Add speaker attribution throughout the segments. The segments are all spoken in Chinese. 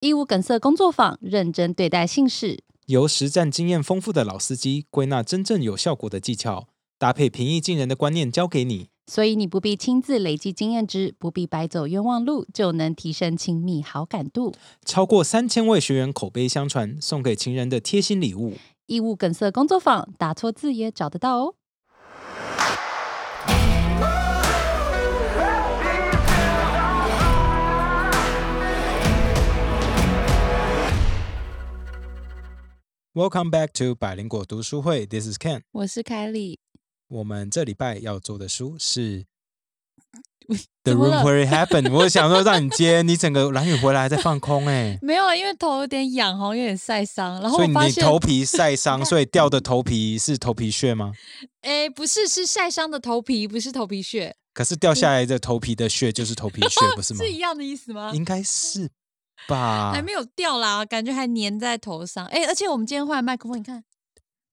Speaker 1: 义务梗塞工作坊认真对待姓氏。
Speaker 2: 由实战经验丰富的老司机归纳真正有效果的技巧，搭配平易近人的观念教给你。
Speaker 1: 所以你不必亲自累积经验值，不必白走冤枉路，就能提升亲密好感度。
Speaker 2: 超过三千位学员口碑相传，送给情人的贴心礼物。
Speaker 1: 义务梗塞工作坊，打错字也找得到哦。
Speaker 2: Welcome back to 百灵果读书会，This is Ken。
Speaker 1: 我是凯莉，
Speaker 2: 我们这礼拜要做的书 是《The
Speaker 1: 怎么了
Speaker 2: Room Where It Happened》。我想说让你接，你整个蓝雨回来还在放空哎、
Speaker 1: 没有啊，因为头有点痒，好像有点晒伤， 然后
Speaker 2: 所
Speaker 1: 我
Speaker 2: 以
Speaker 1: 发
Speaker 2: 你
Speaker 1: 现，
Speaker 2: 头皮 晒伤，所以掉的头皮是头皮屑吗？
Speaker 1: 哎，不是，是晒伤的头皮，不是头皮屑，
Speaker 2: 可是掉下来的头皮的屑就是头皮 屑，不是吗
Speaker 1: 哦是？一样的意思 吗？
Speaker 2: 应该是吧？
Speaker 1: 还没有掉啦，感觉还粘在头上。哎，而且我们今天换了麦克风，你看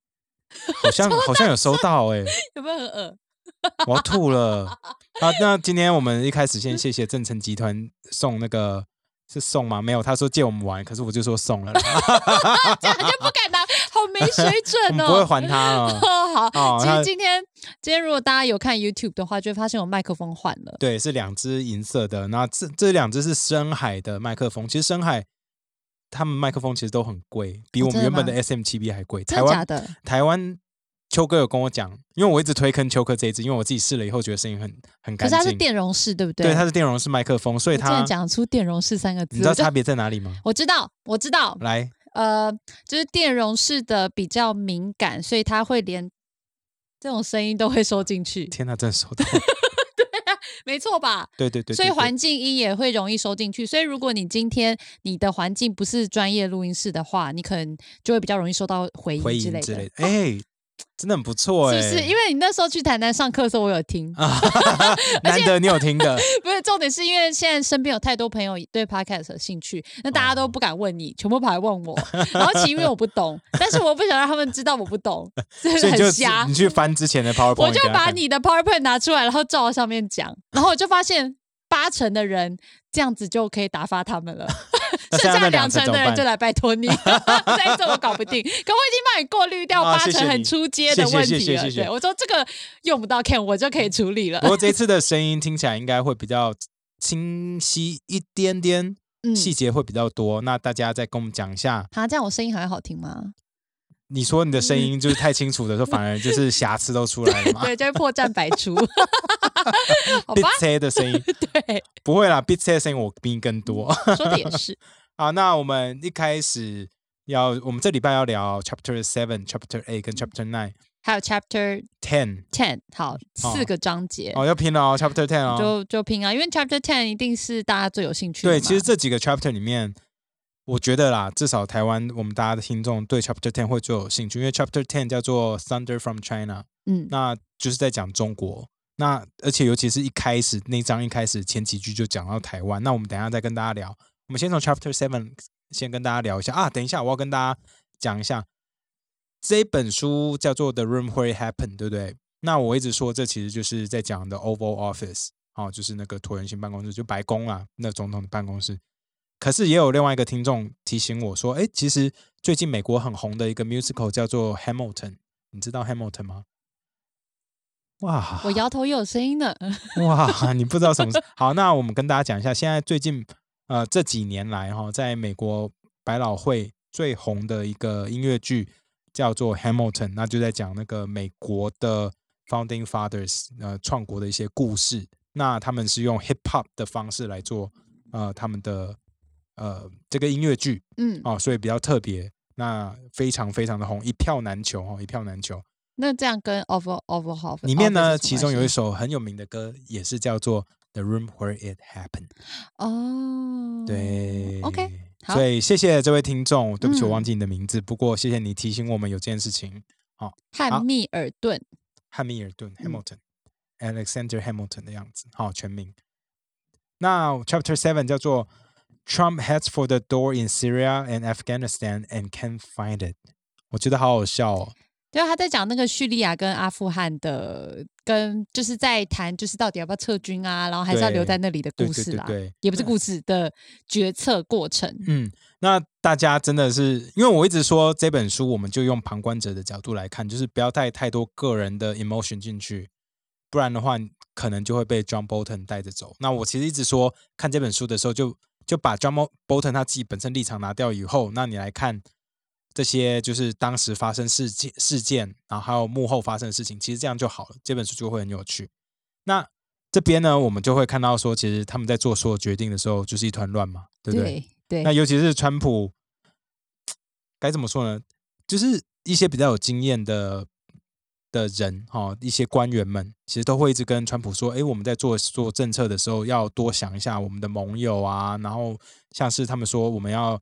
Speaker 2: 好像好像有收到哎、
Speaker 1: 有没有很恶？
Speaker 2: 我要吐 了。好，那今天我们一开始先谢谢正成集团送那个是送吗？没有，他说借我们玩，可是我就说 送了啦，
Speaker 1: 这样就不敢拿，好没水
Speaker 2: 我
Speaker 1: 准
Speaker 2: 们
Speaker 1: 哦。
Speaker 2: 不会还他 了。
Speaker 1: 哦，好，
Speaker 2: 哦
Speaker 1: 其
Speaker 2: 那
Speaker 1: 实今天今天如果大家有看 YouTube 的话，就会发现我麦克风换了。
Speaker 2: 对，是两只银色的，那这这两只是深海的麦克风。其实深海他们麦克风其实都很贵，比
Speaker 1: 哦
Speaker 2: 我
Speaker 1: 真
Speaker 2: 们
Speaker 1: 的
Speaker 2: 原本
Speaker 1: 吗
Speaker 2: 的 SM 7 B 还贵。
Speaker 1: 真
Speaker 2: 台
Speaker 1: 的假
Speaker 2: 湾
Speaker 1: 的？
Speaker 2: 台湾秋哥有跟我讲，因为我一直推坑秋哥这一支，因为我自己试了以后觉得声音很很
Speaker 1: 可
Speaker 2: 干
Speaker 1: 是它是
Speaker 2: 净。
Speaker 1: 电容式，对不对？
Speaker 2: 对，它是电容式麦克风，所以
Speaker 1: 我竟然
Speaker 2: 它
Speaker 1: 讲出电容式三个字，
Speaker 2: 你知道
Speaker 1: 我就
Speaker 2: 差别在嗯哪里吗？
Speaker 1: 我知道，我知道，
Speaker 2: 来，
Speaker 1: 呃，就是电容式的比较敏感，所以它会连这种声音都会收进去，
Speaker 2: 天呐，真的收 到了！
Speaker 1: 没错吧？
Speaker 2: 对对对，
Speaker 1: 所以
Speaker 2: 对对
Speaker 1: 环境音也会容易收进去，所以如果你今天你的环境不是专业录音室的话，你可能就会比较容易收到回
Speaker 2: 回
Speaker 1: 音之
Speaker 2: 音
Speaker 1: 类
Speaker 2: 之
Speaker 1: 的，
Speaker 2: 类的，哎，真的很不错
Speaker 1: 是
Speaker 2: 哎，
Speaker 1: 不是？ 因为你那时候去台南上课的时候，我有听，
Speaker 2: 难得你有 听的，
Speaker 1: 不是重点是因为现在身边有太多朋友对 podcast 有兴趣，那大家
Speaker 2: 哦
Speaker 1: 都不敢问你，全部跑来问我，然后其实因为我不懂，但是我不想让他们知道我不 懂，所
Speaker 2: 所
Speaker 1: 以
Speaker 2: 以你就
Speaker 1: 很瞎
Speaker 2: 你。去翻之前的 PowerPoint，
Speaker 1: 我就
Speaker 2: 给他
Speaker 1: 把
Speaker 2: 看
Speaker 1: 你的 PowerPoint 拿出来，然后照上面讲，然后我就发现八成的人这样子就可以打发他们 了，
Speaker 2: 那
Speaker 1: 剩
Speaker 2: 剩下
Speaker 1: 下
Speaker 2: 那
Speaker 1: 两
Speaker 2: 两
Speaker 1: 成
Speaker 2: 成
Speaker 1: 的人就
Speaker 2: 怎么办
Speaker 1: 来拜托你， 再这我搞不定。可我已经帮你过滤掉
Speaker 2: 啊
Speaker 1: 八
Speaker 2: 谢谢
Speaker 1: 成很
Speaker 2: 你
Speaker 1: 出街的
Speaker 2: 谢谢
Speaker 1: 问
Speaker 2: 谢
Speaker 1: 题
Speaker 2: 谢
Speaker 1: 了。
Speaker 2: 谢谢
Speaker 1: 对，我说这个用不到 Can 我就可以处理了
Speaker 2: 不。过这次的声音听起来应该会比较清晰一点点，
Speaker 1: 嗯，
Speaker 2: 细节会比较多。那大家再跟我们讲一下，
Speaker 1: 啊，这样我声音还会好听吗？
Speaker 2: 你说你的声音就是太清楚的时候，反而就是瑕疵都出来了 嘛
Speaker 1: 对，就会破绽百 出。好吧
Speaker 2: ？Beat，C 的声音
Speaker 1: 对，
Speaker 2: 不会啦，Beat C 的声音我比你更多。
Speaker 1: 说的也是。
Speaker 2: 好，那我们一开始要，我们这礼拜要聊 Chapter Seven、Chapter Eight
Speaker 1: 嗯
Speaker 2: 跟 Chapter Nine、
Speaker 1: 还有 Chapter
Speaker 2: Ten
Speaker 1: Ten，好，四个章节、
Speaker 2: 哦，要拼了哦，Chapter Ten 哦。
Speaker 1: 就就拼啊，因为 Chapter Ten 一定是大家最有兴趣的嘛。
Speaker 2: 对，其实这几个 Chapter 里面，我觉得啦，至少台湾我们大家的听众对 Chapter Ten 会最有兴趣，因为 Chapter Ten 叫做 Thunder from China，
Speaker 1: 嗯，
Speaker 2: 那就是在讲中国。那而且尤其是一开始那一章一开始前几句就讲到台湾，那我们等一下再跟大家聊。我们先从 Chapter Seven 先跟大家聊一下啊。等一下我要跟大家讲一下这一本书叫做《The Room Where It Happened》，对不对？那我一直说这其实就是在讲的 Oval Office，哦，就是那个椭圆形办公室，就白宫啊，那总统的办公室。可是也有另外一个听众提醒我说，哎，其实最近美国很红的一个 musical 叫做《Hamilton》，你知道《Hamilton》吗？哇，
Speaker 1: 我摇头也有声音的。
Speaker 2: 哇，你不知道什么事好，那我们跟大家讲一下，现在最近呃这几年来哈、在美国百老汇最红的一个音乐剧叫做《Hamilton》，那就在讲那个美国的 Founding Fathers 呃创国的一些故事。那他们是用 hip hop 的方式来做呃他们的呃这个音乐剧，
Speaker 1: 嗯，
Speaker 2: 哦，所以比较特别，那非常非常的红，一票难求哦，一票难求。
Speaker 1: 那这样跟 Over Over h o f
Speaker 2: 里面呢，其中有一首很有名的歌，也是叫做《The Room Where It Happened》。
Speaker 1: 哦，
Speaker 2: 对、
Speaker 1: ，OK，好
Speaker 2: 所以谢谢这位听众，对不起，我
Speaker 1: 嗯
Speaker 2: 忘记你的名字，不过谢谢你提醒我们有这件事情。
Speaker 1: 汉密尔顿，
Speaker 2: 汉密尔顿
Speaker 1: 嗯
Speaker 2: （Hamilton），Alexander Hamilton 的样子，好、全名。那 Chapter Seven 叫做 “Trump heads for the door in Syria and Afghanistan and can't find it”，我觉得好好笑哦。
Speaker 1: 对，他在讲那个叙利亚跟阿富汗的跟就是在谈，就是到底要不要撤军啊，然后还是要留
Speaker 2: 对
Speaker 1: 在那里的
Speaker 2: 对
Speaker 1: 故
Speaker 2: 对
Speaker 1: 事
Speaker 2: 对
Speaker 1: 啦，
Speaker 2: 对，
Speaker 1: 也不是
Speaker 2: 那
Speaker 1: 故事的决策过程。
Speaker 2: 嗯，那大家真的是，因为我一直说这本书，我们就用旁观者的角度来看，就是不要带太多个人的 emotion 进去，不然的话，可能就会被 John Bolton 带着走。那我其实一直说，看这本书的时候就，就把 John Mo- Bolton 他自己本身立场拿掉以后，那你来看这些就是当时发生事件事件，然后还有幕后发生的事情，其实这样就好了，这本书就会很有趣。那这边呢，我们就会看到说，其实他们在做所有决定的时候，就是一团乱嘛，嗯对不对？
Speaker 1: 对
Speaker 2: 那尤其是川普，该怎么说呢？就是一些比较有经验的的人哈、哦，一些官员们其实都会一直跟川普说：“诶，我们在做做政策的时候，要多想一下我们的盟友啊。”然后像是他们说我们要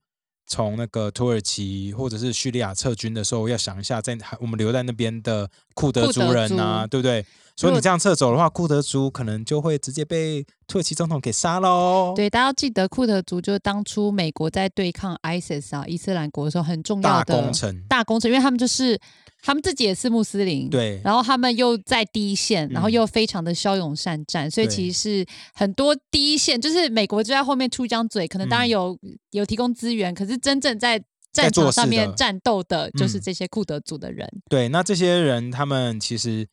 Speaker 2: 从那个土耳其或者是叙利亚撤军的时候，要想一下在我们留在那边的库德
Speaker 1: 库
Speaker 2: 族
Speaker 1: 德
Speaker 2: 人啊，
Speaker 1: 族
Speaker 2: 对不对？所以
Speaker 1: 如
Speaker 2: 你
Speaker 1: 果
Speaker 2: 这样撤走的话，库德族可能就会直接被土耳其总统给杀喽。
Speaker 1: 对，大家要记得库特族就是当初美国在对抗 ISIS 啊伊斯兰国的时候很重要
Speaker 2: 大
Speaker 1: 的
Speaker 2: 工程，
Speaker 1: 大工程，因为他们就是他们自己也是穆斯林，，
Speaker 2: 对，
Speaker 1: 然后他们又在第一线，然后
Speaker 2: 嗯
Speaker 1: 又非常的骁勇善战，所以
Speaker 2: 对
Speaker 1: 其实是很多第一线，就是美国就在后面出一张嘴，可能当然
Speaker 2: 嗯
Speaker 1: 有、有提供资源，可是真正在
Speaker 2: 在
Speaker 1: 战
Speaker 2: 做
Speaker 1: 场上
Speaker 2: 事
Speaker 1: 面
Speaker 2: 的
Speaker 1: 战斗的就是
Speaker 2: 嗯
Speaker 1: 这些库德族的人，
Speaker 2: 对，那这些人他们其实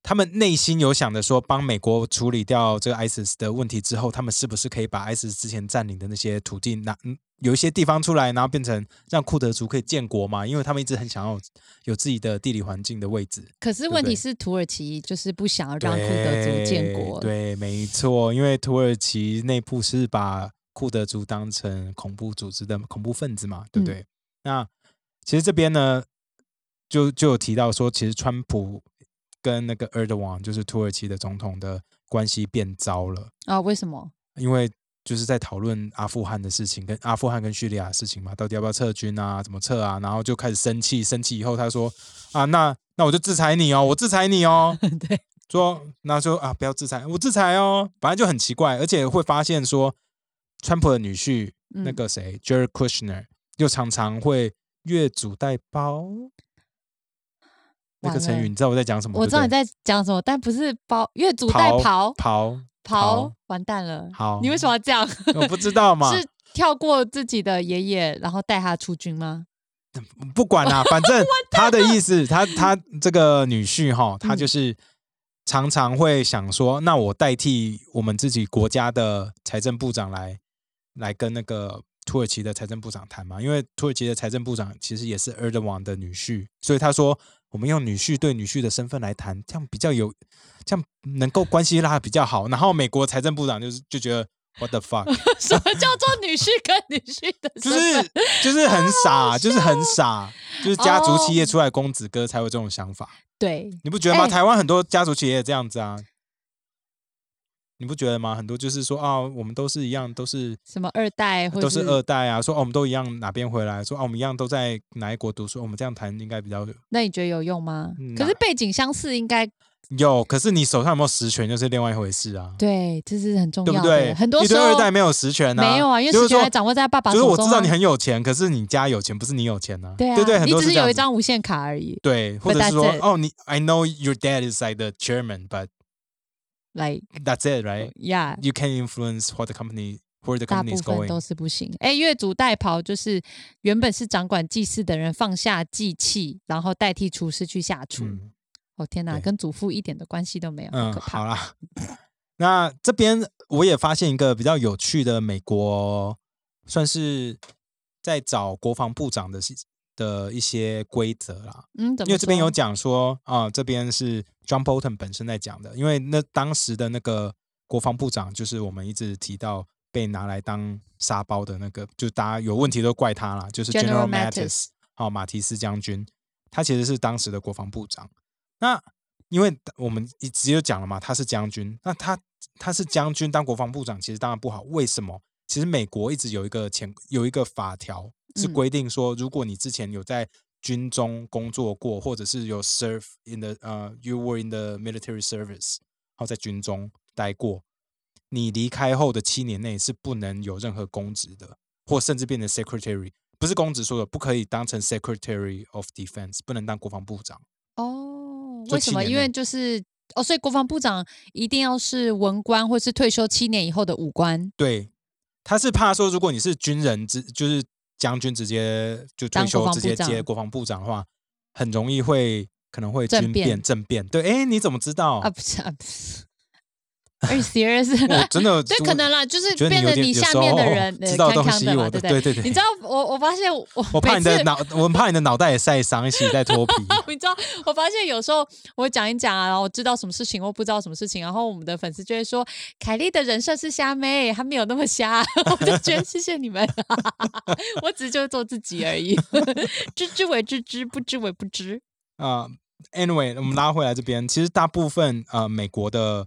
Speaker 2: 他们内心有想着说，帮美国处理掉这个 ISIS 的问题之后，他们是不是可以把 ISIS 之前占领的那些土地拿嗯有一些地方出来，然后变成让库德族可以建国嘛？因为他们一直很想要有自己的地理环境的位置。
Speaker 1: 可是
Speaker 2: 不
Speaker 1: 问题
Speaker 2: 对
Speaker 1: 是土耳其就是不想要让库德族建国，
Speaker 2: 对，对没错，因为土耳其内部是把库德族当成恐怖组织的恐怖分子嘛，对
Speaker 1: 嗯
Speaker 2: 不对？那其实这边呢，就就有提到说，其实川普跟那个 Erdogan 就是土耳其的总统的关系变糟了，
Speaker 1: 啊，为什么？
Speaker 2: 因为。就是在讨论阿富汗的事情，跟阿富汗跟叙利亚的事情嘛，到底要不要撤军啊，怎么撤啊？然后就开始生气，生气以后他说啊，那那我就制裁你哦，我制裁你哦，
Speaker 1: 对，
Speaker 2: 说，那说啊，不要制裁，我制裁哦，反正就很奇怪，而且会发现说，川普的女婿
Speaker 1: 嗯
Speaker 2: 那个谁、j e r r y Kushner 又常常会越俎代庖，那个
Speaker 1: 完
Speaker 2: 成
Speaker 1: 了
Speaker 2: 语你知道我在讲什么？
Speaker 1: 我
Speaker 2: 对
Speaker 1: 知
Speaker 2: 不
Speaker 1: 道你
Speaker 2: 对
Speaker 1: 在讲什么，但不是包越俎代庖，
Speaker 2: 庖
Speaker 1: 庖完蛋了，
Speaker 2: 好，
Speaker 1: 你为什么要这样？
Speaker 2: 我不知道嘛，
Speaker 1: 是跳过自己的爷爷，然后带他出军吗？
Speaker 2: 不管啦、反正他的意思，他他这个女婿哈，他就是常常会想说，那我代替我们自己国家的财政部长来来跟那个土耳其的财政部长谈嘛，因为土耳其的财政部长其实也是 Erdogan 的女婿，所以他说我们用女婿对女婿的身份来谈，这样比较有，这样能够关系拉得比较好。然后美国财政部长就是就觉得 What the fuck，
Speaker 1: 什么叫做女婿跟女婿的身
Speaker 2: 就
Speaker 1: 份？
Speaker 2: 是就是很傻，就是很傻，就是家族企业出来公子哥才有这种想法，
Speaker 1: 对，
Speaker 2: 你不觉得吗？
Speaker 1: 哦哎
Speaker 2: 台湾很多家族企业也这样子啊，你不觉得吗？很多就是说啊，我们都是一样，都是
Speaker 1: 什么二代或
Speaker 2: 呃都
Speaker 1: 者
Speaker 2: 是二代啊，说哦、我们都一样哪边回来，说哦、我们一样都在哪一国读书，我们这样谈应该比较
Speaker 1: 那你觉得有用吗？
Speaker 2: 嗯
Speaker 1: 可是
Speaker 2: 哪
Speaker 1: 背景相似应该
Speaker 2: 有。可是你手上有没有实权，就是另外一回事啊，
Speaker 1: 对，这是很重
Speaker 2: 对
Speaker 1: 要
Speaker 2: 不
Speaker 1: 的。
Speaker 2: 对？
Speaker 1: 很多
Speaker 2: 一
Speaker 1: 时
Speaker 2: 堆
Speaker 1: 候
Speaker 2: 二代没有实权啊，
Speaker 1: 没有啊，因为
Speaker 2: 就是
Speaker 1: 实权还
Speaker 2: 说。
Speaker 1: 掌握在爸爸
Speaker 2: 就是
Speaker 1: 手
Speaker 2: 我
Speaker 1: 中、啊。
Speaker 2: 知道你很有钱，可是你家有钱，不是你有钱啊。
Speaker 1: 对啊，
Speaker 2: 对对，很
Speaker 1: 你
Speaker 2: 多
Speaker 1: 只是
Speaker 2: 这样
Speaker 1: 有一
Speaker 2: 子
Speaker 1: 张无限卡而已。
Speaker 2: 对，或者是
Speaker 1: that's
Speaker 2: 说，
Speaker 1: it.
Speaker 2: 哦，你 I know your dad is like the chairman, but
Speaker 1: Like
Speaker 2: that's it, right?
Speaker 1: yeah，
Speaker 2: You can influence what the company where the
Speaker 1: 大
Speaker 2: company
Speaker 1: 部
Speaker 2: is
Speaker 1: 分
Speaker 2: going.
Speaker 1: 都是不行。哎，越俎代庖就是原本是掌管祭祀的人放下祭器，然后代替厨师去下厨。
Speaker 2: 嗯
Speaker 1: 哦天哪，
Speaker 2: 对
Speaker 1: 跟祖父一点的关系都没有，好
Speaker 2: 嗯，
Speaker 1: 可怕。
Speaker 2: 好啦。 那这边我也发现一个比较有趣的美国，算是在找国防部长的事的一些规则啦。
Speaker 1: 嗯，怎么
Speaker 2: 因为这边
Speaker 1: 说
Speaker 2: 有讲说啊、这边是 John Bolton 本身在讲的，因为那当时的那个国防部长，就是我们一直提到被拿来当沙包的那个，就大家有问题都怪他啦，就是
Speaker 1: General Mattis
Speaker 2: General Mattis，好、马提斯将军，他其实是当时的国防部长。那因为我们一直有讲了嘛，他是将军，那他他是将军当国防部长，其实当然不好。为什么？其实美国一直有一个前有一个法条是
Speaker 1: 嗯
Speaker 2: 规定说，如果你之前有在军中工作过，或者是有 serve in the 呃、you were in the military service，然后在军中待过，你离开后的七年内是不能有任何公职的，或甚至变成 secretary，不是公职说的，不可以当成 secretary of defense，不能当国防部长。
Speaker 1: 哦，
Speaker 2: 就
Speaker 1: 为什
Speaker 2: 七
Speaker 1: 么？
Speaker 2: 年
Speaker 1: 因为
Speaker 2: 内
Speaker 1: 就是哦，所以国防部长一定要是文官或是退休七年以后的武官
Speaker 2: 对，他是怕说，如果你是军人直就是将军直接就退
Speaker 1: 当国
Speaker 2: 休
Speaker 1: 防
Speaker 2: 直接
Speaker 1: 部长
Speaker 2: 接国防部长的话，很容易会可能会
Speaker 1: 政
Speaker 2: 军
Speaker 1: 变
Speaker 2: 变政变。对，哎，你怎么知道？
Speaker 1: 啊，不是啊，不是。Are you serious？
Speaker 2: 我真 的
Speaker 1: 对，
Speaker 2: 我
Speaker 1: 可能啦，就是
Speaker 2: 觉得
Speaker 1: 变
Speaker 2: 有
Speaker 1: 得
Speaker 2: 点
Speaker 1: 你
Speaker 2: 有
Speaker 1: 下
Speaker 2: 时候哦
Speaker 1: 面的人
Speaker 2: 知
Speaker 1: 呃
Speaker 2: 道
Speaker 1: 康
Speaker 2: 东
Speaker 1: 康
Speaker 2: 西，
Speaker 1: 的嘛，
Speaker 2: 我
Speaker 1: 对
Speaker 2: 的
Speaker 1: 不
Speaker 2: 对对
Speaker 1: 你
Speaker 2: 对
Speaker 1: 知，道我我发现我
Speaker 2: 我怕你
Speaker 1: 每
Speaker 2: 的
Speaker 1: 次
Speaker 2: 脑，我怕你的脑袋也晒伤，系带 脱皮。
Speaker 1: 你知道，我发现有时候我讲一讲啊，然后我知道什么事情或不知道什么事情，然后我们的粉丝就会说：“凯莉的人设是虾妹，她没有那么虾。” 我就觉得谢谢你们， 我只是就是做自己而已， 知之为知之，不知为不知。
Speaker 2: 啊、a n y w a y 我们拉回来这边，其实大部分呃，美国的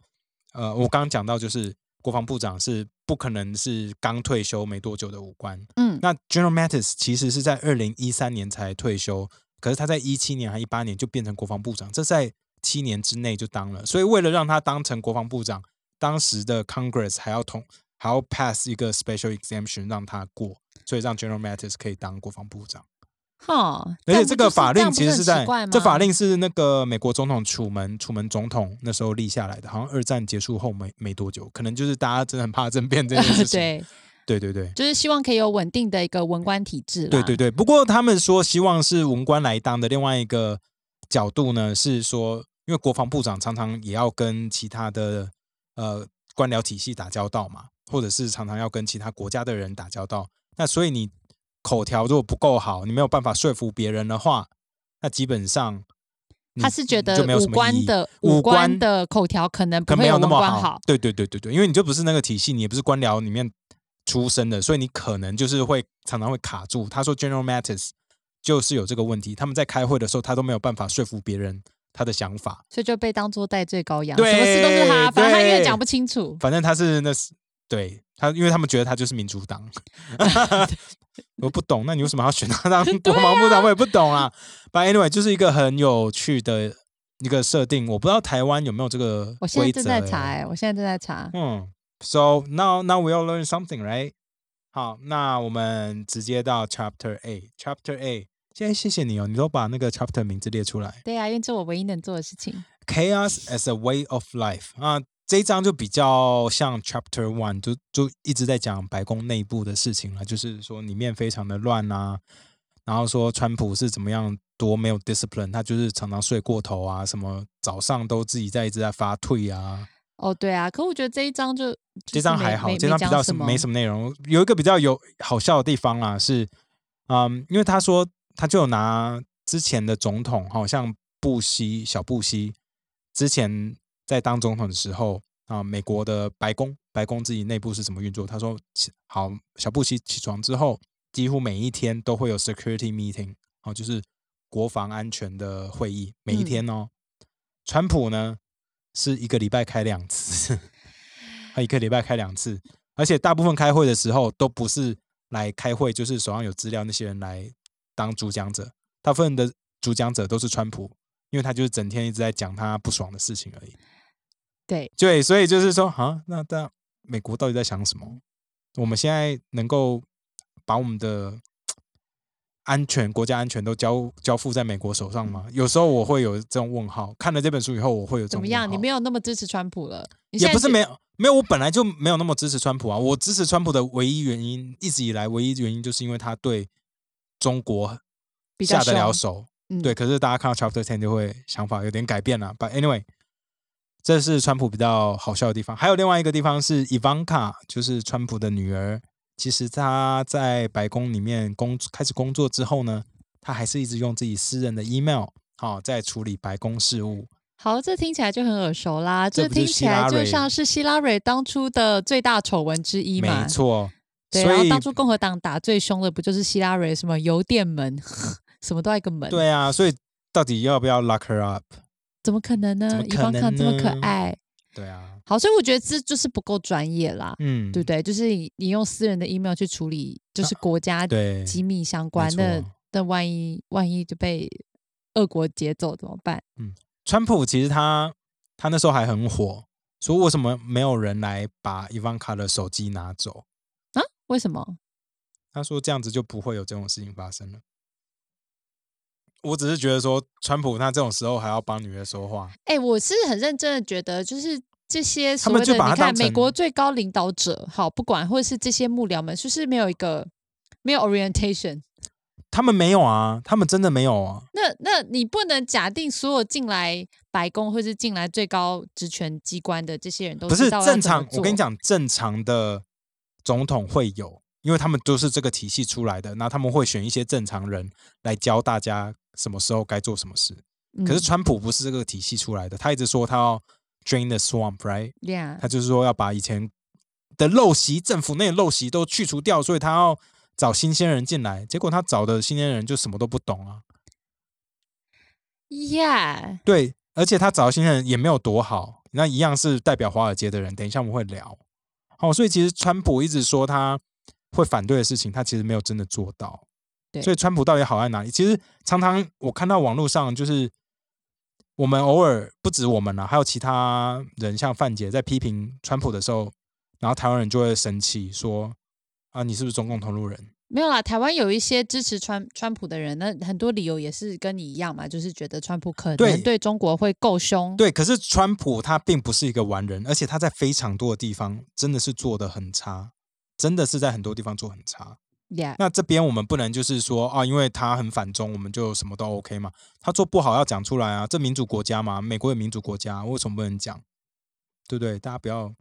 Speaker 2: 呃，我刚刚讲到就是国防部长是不可能是刚退休没多久的武官。
Speaker 1: 嗯
Speaker 2: 那 General Mattis 其实是在二零一三年才退休，可是他在一七年还一八年就变成国防部长，这在七年之内就当了。所以为了让他当成国防部长，当时的 Congress 还要同还要 pass 一个 special exemption 让他过，所以让 General Mattis 可以当国防部长。
Speaker 1: 哈，
Speaker 2: 而
Speaker 1: 样
Speaker 2: 且
Speaker 1: 不就
Speaker 2: 这个
Speaker 1: 是
Speaker 2: 法
Speaker 1: 样
Speaker 2: 令
Speaker 1: 不
Speaker 2: 其
Speaker 1: 是
Speaker 2: 实
Speaker 1: 很
Speaker 2: 是
Speaker 1: 奇
Speaker 2: 在
Speaker 1: 怪
Speaker 2: 这
Speaker 1: 吗
Speaker 2: 法令是那个美国总统楚门楚门总统那时候立下来的，好像二战结束后没没多久，可能就是大家真的很怕政变这件事情。
Speaker 1: 对，
Speaker 2: 对对对
Speaker 1: 就是希望可以有稳定的一个文官体制啦。
Speaker 2: 对对对。不过他们说希望是文官来当的，另外一个角度呢是说，因为国防部长常常也要跟其他的呃官僚体系打交道嘛，或者是常常要跟其他国家的人打交道，那所以你口条如果不够好，你没有办法说服别人的话，那基本上你
Speaker 1: 他是觉
Speaker 2: 嗯就
Speaker 1: 得
Speaker 2: 没有
Speaker 1: 武
Speaker 2: 什么意
Speaker 1: 官
Speaker 2: 义
Speaker 1: 的
Speaker 2: 武
Speaker 1: 武官
Speaker 2: 官
Speaker 1: 的口条可能不
Speaker 2: 可能没
Speaker 1: 会
Speaker 2: 有那
Speaker 1: 文
Speaker 2: 么
Speaker 1: 官
Speaker 2: 好。对对对对对，因为你就不是那个体系，你也不是官僚里面出身的，所以你可能就是会常常会卡住。他说 General Mattis 就是有这个问题，他们在开会的时候，他都没有办法说服别人他的想法。
Speaker 1: 所以就被当做戴罪羔羊，
Speaker 2: 对
Speaker 1: 什么事都是他，反正他越
Speaker 2: 对
Speaker 1: 讲不清楚。
Speaker 2: 反正他是那是对他，因为他们觉得他就是民 主党。我不懂，那你为什么要选他当
Speaker 1: 啊
Speaker 2: 国防部长？我也不懂啊。But anyway，就是一个很有趣的一个设定，我不知道台湾有没有这个
Speaker 1: 我现在
Speaker 2: 规
Speaker 1: 正
Speaker 2: 则。
Speaker 1: 在查、欸，我现在正在查。
Speaker 2: 嗯，So Hmm. now now we all learn something, right？好，那我们直接到 Chapter A。Chapter A，现在谢谢你哦，你都把那个 Chapter 名字列出来。
Speaker 1: 对啊，因为这我唯一能做的事情。
Speaker 2: Chaos as a way of life 啊，这一章就比较像 Chapter One，就就一直在讲白宫内部的事情了，就是说里面非常的乱啊，然后说川普是怎么样多没有 discipline，他就是常常睡过头啊，什么早上都自己在一直在发退啊，
Speaker 1: 哦，对啊，可我觉得这一章就
Speaker 2: 这张还好，这张比较是没什
Speaker 1: 么。
Speaker 2: 么内容。有一个比较有好笑的地方啦，是，嗯，因为他说他就有拿之前的总统，好像布希小布希之前在当总统的时候啊，美国的白宫白宫自己内部是怎么运作？他说起，好，小布希起床之后，几乎每一天都会有 security meeting，哦，就是国防安全的会议，每一
Speaker 1: 嗯
Speaker 2: 天哦。川普呢是一个礼拜开两次， 他一个礼拜开两次，而且大部分开会的时候都不是来开会，就是手上有资料那些人来当主讲者，大部分的主讲者都是川普，因为他就是整天一直在讲他不爽的事情而已。
Speaker 1: 对，
Speaker 2: 对，所以就是说，啊，那大家美国到底在想什么？我们现在能够把我们的安全、国家安全都交交付在美国手上吗？有时候我会有这种问号。看了这本书以后，我会有这
Speaker 1: 怎
Speaker 2: 种
Speaker 1: 么
Speaker 2: 问
Speaker 1: 样？你
Speaker 2: 号
Speaker 1: 没有那么支持川普了？你
Speaker 2: 也
Speaker 1: 现在
Speaker 2: 不是
Speaker 1: 是
Speaker 2: 没有没有，我本来就没有那么支持川普啊。我支持川普的唯一原因，一直以来唯一原因就是因为他对中国
Speaker 1: 比较
Speaker 2: 下得了
Speaker 1: 凶
Speaker 2: 手。
Speaker 1: 嗯
Speaker 2: 对，可是大家看到 Chapter Ten 就会想法有点改变了。But anyway，这是川普比较好笑的地方。还有另外一个地方是 Ivanka，就是川普的女儿。其实她在白宫里面工开始工作之后呢，她还是一直用自己私人的 email 好、在处理白宫事务。
Speaker 1: 好，这听起来就很耳熟啦，
Speaker 2: 这
Speaker 1: 这
Speaker 2: 不是
Speaker 1: 听
Speaker 2: 希
Speaker 1: 起
Speaker 2: 拉
Speaker 1: 来就
Speaker 2: 蕊
Speaker 1: 像是希拉蕊当初的最大丑闻之一嘛
Speaker 2: 没。错，
Speaker 1: 对，
Speaker 2: 所
Speaker 1: 然后
Speaker 2: 以
Speaker 1: 当初共和党打最凶的不就是希拉蕊什么邮电门， 什么都要一个门，
Speaker 2: 对啊，所以到底要不要 lock her up？
Speaker 1: 怎么可能
Speaker 2: 怎
Speaker 1: 呢
Speaker 2: 么？
Speaker 1: 伊
Speaker 2: 可
Speaker 1: 方卡
Speaker 2: 能
Speaker 1: 这么可
Speaker 2: 呢
Speaker 1: 爱，
Speaker 2: 对啊，
Speaker 1: 好，所以我觉得这就是不够专业啦。
Speaker 2: 嗯，呃
Speaker 1: 对不对？就是你你用私人的 email 去处理，就是国家
Speaker 2: 对
Speaker 1: 机密相关的
Speaker 2: 错，
Speaker 1: 那万一万一就被俄国劫走怎么办？
Speaker 2: 川普其实他他那时候还很火，说为什么没有人来把伊万卡的手机拿走？
Speaker 1: 为什么？
Speaker 2: 他说这样子就不会有这种事情发生了。我只是觉得说，川普他这种时候还要帮女儿说话，
Speaker 1: 哎、我是很认真的觉得，就是这些
Speaker 2: 他
Speaker 1: 所
Speaker 2: 们
Speaker 1: 谓
Speaker 2: 就
Speaker 1: 的
Speaker 2: 把
Speaker 1: 你
Speaker 2: 它当
Speaker 1: 看美国
Speaker 2: 成
Speaker 1: 最高领导者，好不管或者是这些幕僚们，就是没有一个没有 orientation。
Speaker 2: 他们没有啊，他们真的没有啊。
Speaker 1: 那那你不能假定所有进来白宫或是进来最高职权机关的这些人都
Speaker 2: 不是
Speaker 1: 知道要怎
Speaker 2: 正
Speaker 1: 么
Speaker 2: 常，我跟你
Speaker 1: 做，
Speaker 2: 讲，正常的总统会有，因为他们都是这个体系出来的，那他们会选一些正常人来教大家什么时候该做什么事。可是
Speaker 1: 嗯
Speaker 2: 川普不是这个体系出来的，他一直说他要 drain the swamp，right？
Speaker 1: yeah，
Speaker 2: 他就是说要把以前的陋习，政府内的陋习都去除掉，所以他要找新鲜人进来。结果他找的新鲜人就什么都不懂啊，
Speaker 1: Yeah，
Speaker 2: 对，而且他找的新鲜人也没有多好，那一样是代表华尔街的人。等一下我们会聊。好，所以其实川普一直说他会反对的事情，他其实没有真的做到。
Speaker 1: 对
Speaker 2: 所以川普到底好在哪里？其实常常我看到网络上就是我们偶尔不止我们啊啦、还有其他人，像范姐在批评川普的时候，然后台湾人就会生气说啊，你是不是中共同路人？
Speaker 1: 没有啦。台湾有一些支持川川普的人，那很多理由也是跟你一样嘛，就是觉得川普可
Speaker 2: 对
Speaker 1: 能对中国会够凶。
Speaker 2: 对，可是川普他并不是一个完人，而且他在非常多的地方真的是做的很差，真的是在很多地方做很差。
Speaker 1: Yeah，
Speaker 2: 那这边我们不能就是说啊，因为他很反中，我们就什么都 OK 嘛。他做不好要讲出来啊，这民主国家嘛，美国有民主国家，为什么不能讲？对不对？大家不要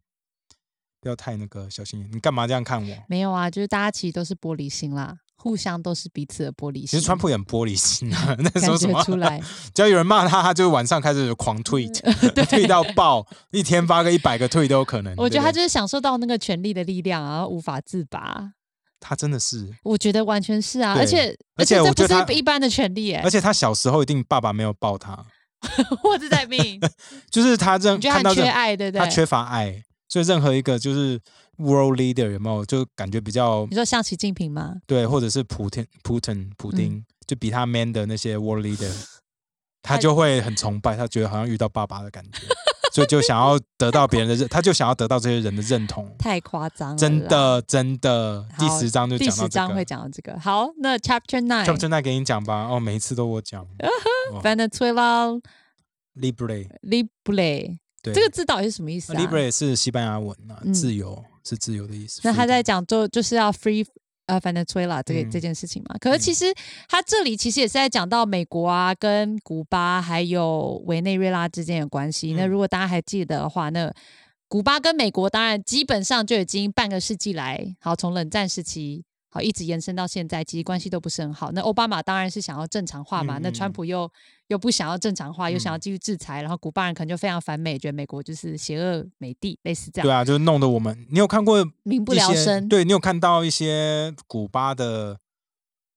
Speaker 2: 不要太那个小心眼，你干嘛这样看我？
Speaker 1: 没有啊，就是大家其实都是玻璃心啦，互相都是彼此的玻璃心。
Speaker 2: 其实川普也很玻璃心啊， 在
Speaker 1: 感
Speaker 2: 说什么
Speaker 1: 觉？出 来，嗯
Speaker 2: 只要有人骂他，他就晚上开始狂 tweet，tweet 到爆，一天发个一百个 tweet 都有可能。
Speaker 1: 我觉得
Speaker 2: 对不
Speaker 1: 他
Speaker 2: 对
Speaker 1: 就是享受到那个权力的力量啊，然后无法自拔。
Speaker 2: 他真的是，
Speaker 1: 我觉得完全是啊，
Speaker 2: 对
Speaker 1: 而且
Speaker 2: 而且我
Speaker 1: 这
Speaker 2: 觉
Speaker 1: 不
Speaker 2: 得他
Speaker 1: 是一般的权利耶、
Speaker 2: 而且他小时候一定爸爸没有抱他，
Speaker 1: 我是在 命，你
Speaker 2: 就是他任
Speaker 1: 觉得
Speaker 2: 看
Speaker 1: 他
Speaker 2: 到
Speaker 1: 很缺
Speaker 2: 任
Speaker 1: 爱，对不
Speaker 2: 他
Speaker 1: 对？
Speaker 2: 缺乏爱，所以任何一个就是 world leader 有没有就感觉比较
Speaker 1: 你说像习近平吗？
Speaker 2: 对，或者是普天普天
Speaker 1: 嗯
Speaker 2: 普丁、就比他 man 的那些 world leader，他
Speaker 1: 他
Speaker 2: 就会很崇拜，他觉得好像遇到爸爸的感觉，所以就想 要得到别人的认，他就想要得到这些人的认同。
Speaker 1: 太夸张了，
Speaker 2: 真。的，真的，第
Speaker 1: 好
Speaker 2: 十章就
Speaker 1: 第
Speaker 2: 讲到
Speaker 1: 十
Speaker 2: 这
Speaker 1: 章会
Speaker 2: 个。
Speaker 1: 讲到这个。好，那 Chapter
Speaker 2: 就
Speaker 1: Nine。
Speaker 2: 正在给你讲吧，哦，每一次都 我讲。
Speaker 1: Venezuela
Speaker 2: Libre，
Speaker 1: libre
Speaker 2: 对，
Speaker 1: 这个字到底是什么意思啊？
Speaker 2: Libre 是西班牙文啊，
Speaker 1: 嗯
Speaker 2: 自由是自由的意思。
Speaker 1: 那他
Speaker 2: freedom
Speaker 1: 在讲就就是要 free 呃 Venezuela 这个、
Speaker 2: 嗯
Speaker 1: 这件事情嘛。可是
Speaker 2: 嗯
Speaker 1: 其实他这里其实也是在讲到美国啊跟古巴还有委内瑞拉之间的关系。那
Speaker 2: 嗯
Speaker 1: 如果大家还记得的话，那古巴跟美国当然基本上就已经半个世纪来，好从冷战时期。好，一直延伸到现在，其实关系都不是很好。那奥巴马当然是想要正常化嘛，
Speaker 2: 嗯
Speaker 1: 那
Speaker 2: 嗯
Speaker 1: 川
Speaker 2: 嗯
Speaker 1: 普又又不想要正常化，又想要
Speaker 2: 嗯
Speaker 1: 继续制裁，然后古巴人可能就非常反美，觉得美国就是邪恶美帝，类似这
Speaker 2: 对
Speaker 1: 样，
Speaker 2: 啊，就是弄得我们，你有看过一
Speaker 1: 民不聊
Speaker 2: 些
Speaker 1: 生。
Speaker 2: 对你有看到一些古巴的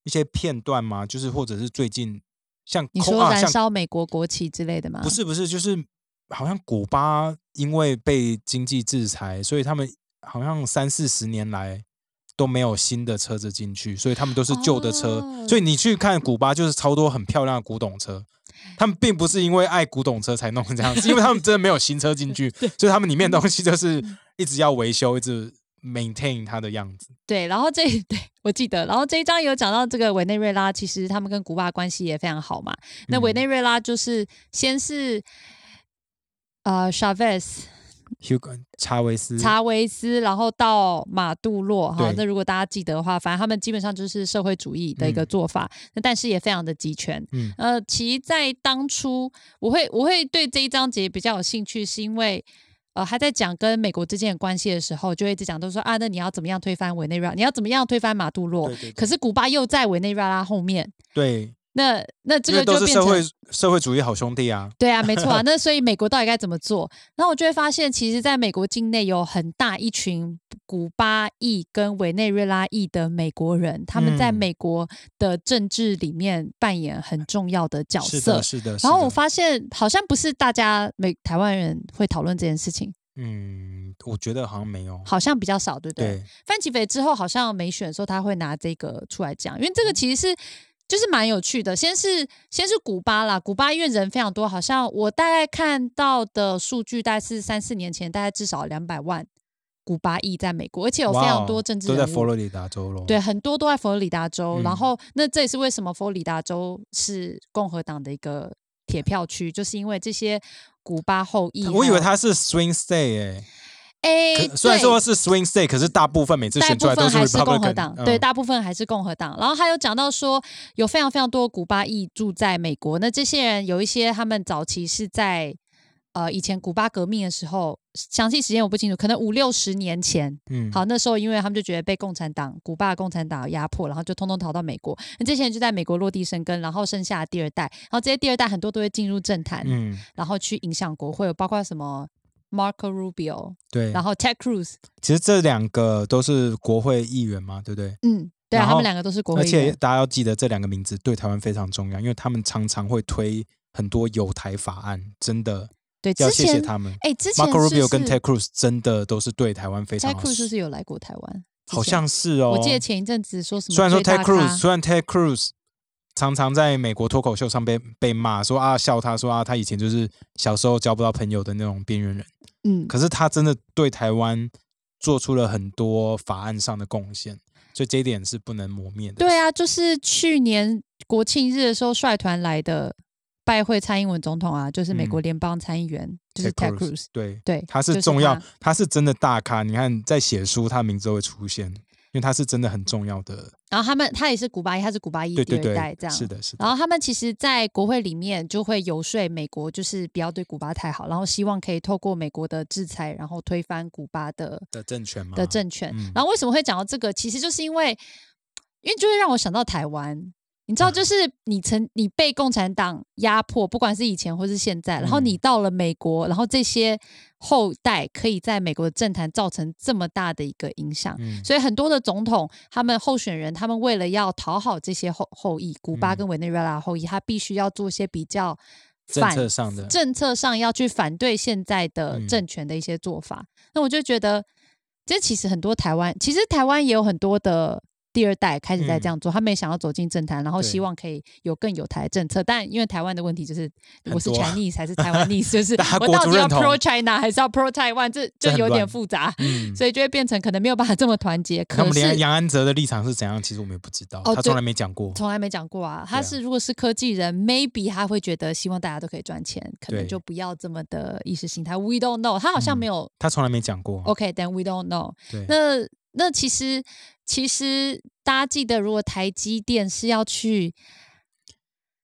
Speaker 2: 一些片段吗？就是或者是最近像
Speaker 1: 你
Speaker 2: 空
Speaker 1: 说
Speaker 2: 啊，
Speaker 1: 燃
Speaker 2: 像
Speaker 1: 烧美国国旗之类的吗？
Speaker 2: 不，是不是，就是好像古巴因为被经济制裁，所以他们好像三四十年来。都没有新的车子进去，所以他们都是旧的车。
Speaker 1: 哦
Speaker 2: 所以你去看古巴，就是超多很漂亮的古董车。他们并不是因为爱古董车才弄成这样子，因为他们真的没有新 车进去，所以他们里面
Speaker 1: 嗯
Speaker 2: 的东西就是一直要维修，一直 maintain 它的样子。
Speaker 1: 对。然后这 对我记得，然后这一章有讲到这个委内瑞拉，其实他们跟古巴关系也非常好嘛。那
Speaker 2: 嗯
Speaker 1: 委内瑞拉就是先是呃 Chavez
Speaker 2: Hugo 查韦斯，
Speaker 1: 查韦斯，然后到马杜洛哈
Speaker 2: 对。
Speaker 1: 那如果大家记得的话，反正他们基本上就是社会主义的一个
Speaker 2: 嗯
Speaker 1: 做法，那但是也非常的集权。
Speaker 2: 嗯
Speaker 1: 呃，其实在当初，我会我会对这一章节比较有兴趣，是因为呃，他在讲跟美国之间的关系的时候，就会一直讲都说啊，那你要怎么样推翻委内瑞拉，你要怎么样推翻马杜洛
Speaker 2: 对，对对
Speaker 1: 可是古巴又在委内瑞拉后面，
Speaker 2: 对，
Speaker 1: 那那这
Speaker 2: 因为
Speaker 1: 个就
Speaker 2: 都是
Speaker 1: 变
Speaker 2: 社
Speaker 1: 成
Speaker 2: 会社会主义好兄弟啊。
Speaker 1: 对啊，没错啊。那所以美国到底该怎么做？然后我就会发现，其实在美国境内有很大一群古巴裔跟委内瑞拉裔的美国人，他们在
Speaker 2: 嗯
Speaker 1: 美国的政治里面扮演很重要的角
Speaker 2: 是
Speaker 1: 色
Speaker 2: 的，。是的。是
Speaker 1: 然后我
Speaker 2: 的
Speaker 1: 发现，好像不是大家美台湾人会讨论这件事情，
Speaker 2: 嗯，我觉得好像没有。
Speaker 1: 好像比较少，对不对？
Speaker 2: 对，
Speaker 1: 范琪斐之后好像没选的时候，他会拿这个出来讲，因为这
Speaker 2: 嗯
Speaker 1: 个其实是就是蛮有趣的。先是先是古巴啦，古巴因为人非常多，好像我大概看到的数据大概是三四年前，大概至少两百万古巴裔在美国，而且有非
Speaker 2: 哇
Speaker 1: 常
Speaker 2: 哦
Speaker 1: 多政治
Speaker 2: 都在
Speaker 1: 人
Speaker 2: 佛
Speaker 1: 物
Speaker 2: 罗里达州咯。
Speaker 1: 对，，很多都在佛罗里达州。
Speaker 2: 嗯
Speaker 1: 然后，那这也是为什么佛罗里达州是共和党的一个铁票区，就是因为这些古巴后裔还有。
Speaker 2: 我以为他是 swing state 哎、
Speaker 1: 哎、
Speaker 2: 可虽然
Speaker 1: 对
Speaker 2: 说是 swing state，可是大部分每次
Speaker 1: 大
Speaker 2: 选出
Speaker 1: 部
Speaker 2: 来都
Speaker 1: 分还是共
Speaker 2: Republican，
Speaker 1: 和党，
Speaker 2: 嗯
Speaker 1: 对，大部分还是共和党。然后他有讲到说，有非常非常多古巴裔住在美国，那这些人有一些他们早期是在呃以前古巴革命的时候，详细时间我不清楚，可能五六十年前。
Speaker 2: 嗯，
Speaker 1: 好，那时候因为他们就觉得被共产党、古巴的共产党压迫，然后就通通逃到美国。那这些人就在美国落地生根，然后生下了第二代，然后这些第二代很多都会进入政坛，
Speaker 2: 嗯，
Speaker 1: 然后去影响国会，包括什么 Marco Rubio，
Speaker 2: 对
Speaker 1: 然。后 Ted Cruz，
Speaker 2: 其实这两个都是国会议员嘛，对不对？
Speaker 1: 嗯，对啊，他
Speaker 2: 然后
Speaker 1: 们两个都是国
Speaker 2: 而
Speaker 1: 会议
Speaker 2: 且
Speaker 1: 员。
Speaker 2: 大家要记得这两个名字对台湾非常重要，因为他们常常会推很多有台法案，真的
Speaker 1: 对，
Speaker 2: 要
Speaker 1: 之
Speaker 2: 谢谢
Speaker 1: 前
Speaker 2: 他们。
Speaker 1: 哎，之前
Speaker 2: Marco
Speaker 1: 是不
Speaker 2: Rubio
Speaker 1: 是
Speaker 2: 跟 Ted Cruz 真的都是对台湾非常
Speaker 1: Ted
Speaker 2: 好
Speaker 1: Cruz 是不是有来过台湾？之
Speaker 2: 好
Speaker 1: 前、
Speaker 2: 像是哦。
Speaker 1: 我记得前一阵子说什么，
Speaker 2: 虽然说 Ted Cruz，虽然 Ted Cruz 常常在美国脱口秀上被被骂，说啊笑他说啊他以前就是小时候交不到朋友的那种边缘人，
Speaker 1: 嗯，
Speaker 2: 可是他真的对台湾做出了很多法案上的贡献，所以这一点是不能磨灭的。
Speaker 1: 对，啊，就是去年国庆日的时候，率团来的拜会蔡英文总统啊，就是美国联邦参议员，就是 Ted Cruz，
Speaker 2: 对，
Speaker 1: 对，
Speaker 2: 嗯他
Speaker 1: 就是是
Speaker 2: 重要，
Speaker 1: 他
Speaker 2: 他是真的大咖。你看在写书，他名字都会出现，因为他是真的很重要的。
Speaker 1: 然后他们他也是古巴裔，他是古巴裔
Speaker 2: 对
Speaker 1: 第
Speaker 2: 对
Speaker 1: 二代
Speaker 2: 对
Speaker 1: 这，样，
Speaker 2: 是的，是
Speaker 1: 然
Speaker 2: 的，
Speaker 1: 后他们其实，在国会里面就会游说美国，就是不要对古巴太好，然后希望可以透过美国的制裁，然后推翻古巴的
Speaker 2: 的政权嘛，
Speaker 1: 的政权。
Speaker 2: 嗯
Speaker 1: 然后为什么会讲到这个？其实就是因为，因为就会让我想到台湾。你知
Speaker 2: 嗯
Speaker 1: 道，就是你曾你被共产党压迫，不管是以前或是现在，然后
Speaker 2: 嗯
Speaker 1: 你到了美国，然后这些后代可以在美国的政坛造成这么大的一个影响。
Speaker 2: 嗯，
Speaker 1: 所以很多的总统，他们候选人，他们为了要讨好这些后后裔，古巴
Speaker 2: 嗯
Speaker 1: 跟委内瑞拉的后裔，他必须要做一些比较
Speaker 2: 政
Speaker 1: 反
Speaker 2: 策上的，
Speaker 1: 政策上要去反对现在的
Speaker 2: 嗯
Speaker 1: 政权的一些做法。那我就觉得，这其实很多台湾，其实台湾也有很多的第二代开始在这样做，他们也想要走进政坛，然后
Speaker 2: 对
Speaker 1: 希望可以有更有台的政策。但因为台湾的问题就是，
Speaker 2: 很
Speaker 1: 我是
Speaker 2: 多
Speaker 1: Chinese 还是台湾 ese，就是
Speaker 2: 大家
Speaker 1: 我
Speaker 2: 国
Speaker 1: 到
Speaker 2: 族
Speaker 1: 底要
Speaker 2: 认同
Speaker 1: pro China 还是要 pro Taiwan，这就
Speaker 2: 这很
Speaker 1: 有点
Speaker 2: 乱
Speaker 1: 复杂。
Speaker 2: 嗯，
Speaker 1: 所以就会变成可能没有办法这么团结。
Speaker 2: 那我
Speaker 1: 可
Speaker 2: 们连
Speaker 1: 是
Speaker 2: 杨安泽的立场是怎样，其实我们也不知道，
Speaker 1: 哦对
Speaker 2: 他从来没讲过。
Speaker 1: 从来没讲过啊，
Speaker 2: 对
Speaker 1: 他
Speaker 2: 啊
Speaker 1: 是如果是科技人，maybe 他会觉得希望大家都可以赚钱，可能
Speaker 2: 对嗯
Speaker 1: 就不要这么的意识形态。We don't know，他好像没有。
Speaker 2: 他从来没讲过。
Speaker 1: OK，then、we don't know
Speaker 2: 对
Speaker 1: 哦那。那其实其实大家记得，如果台积电是要去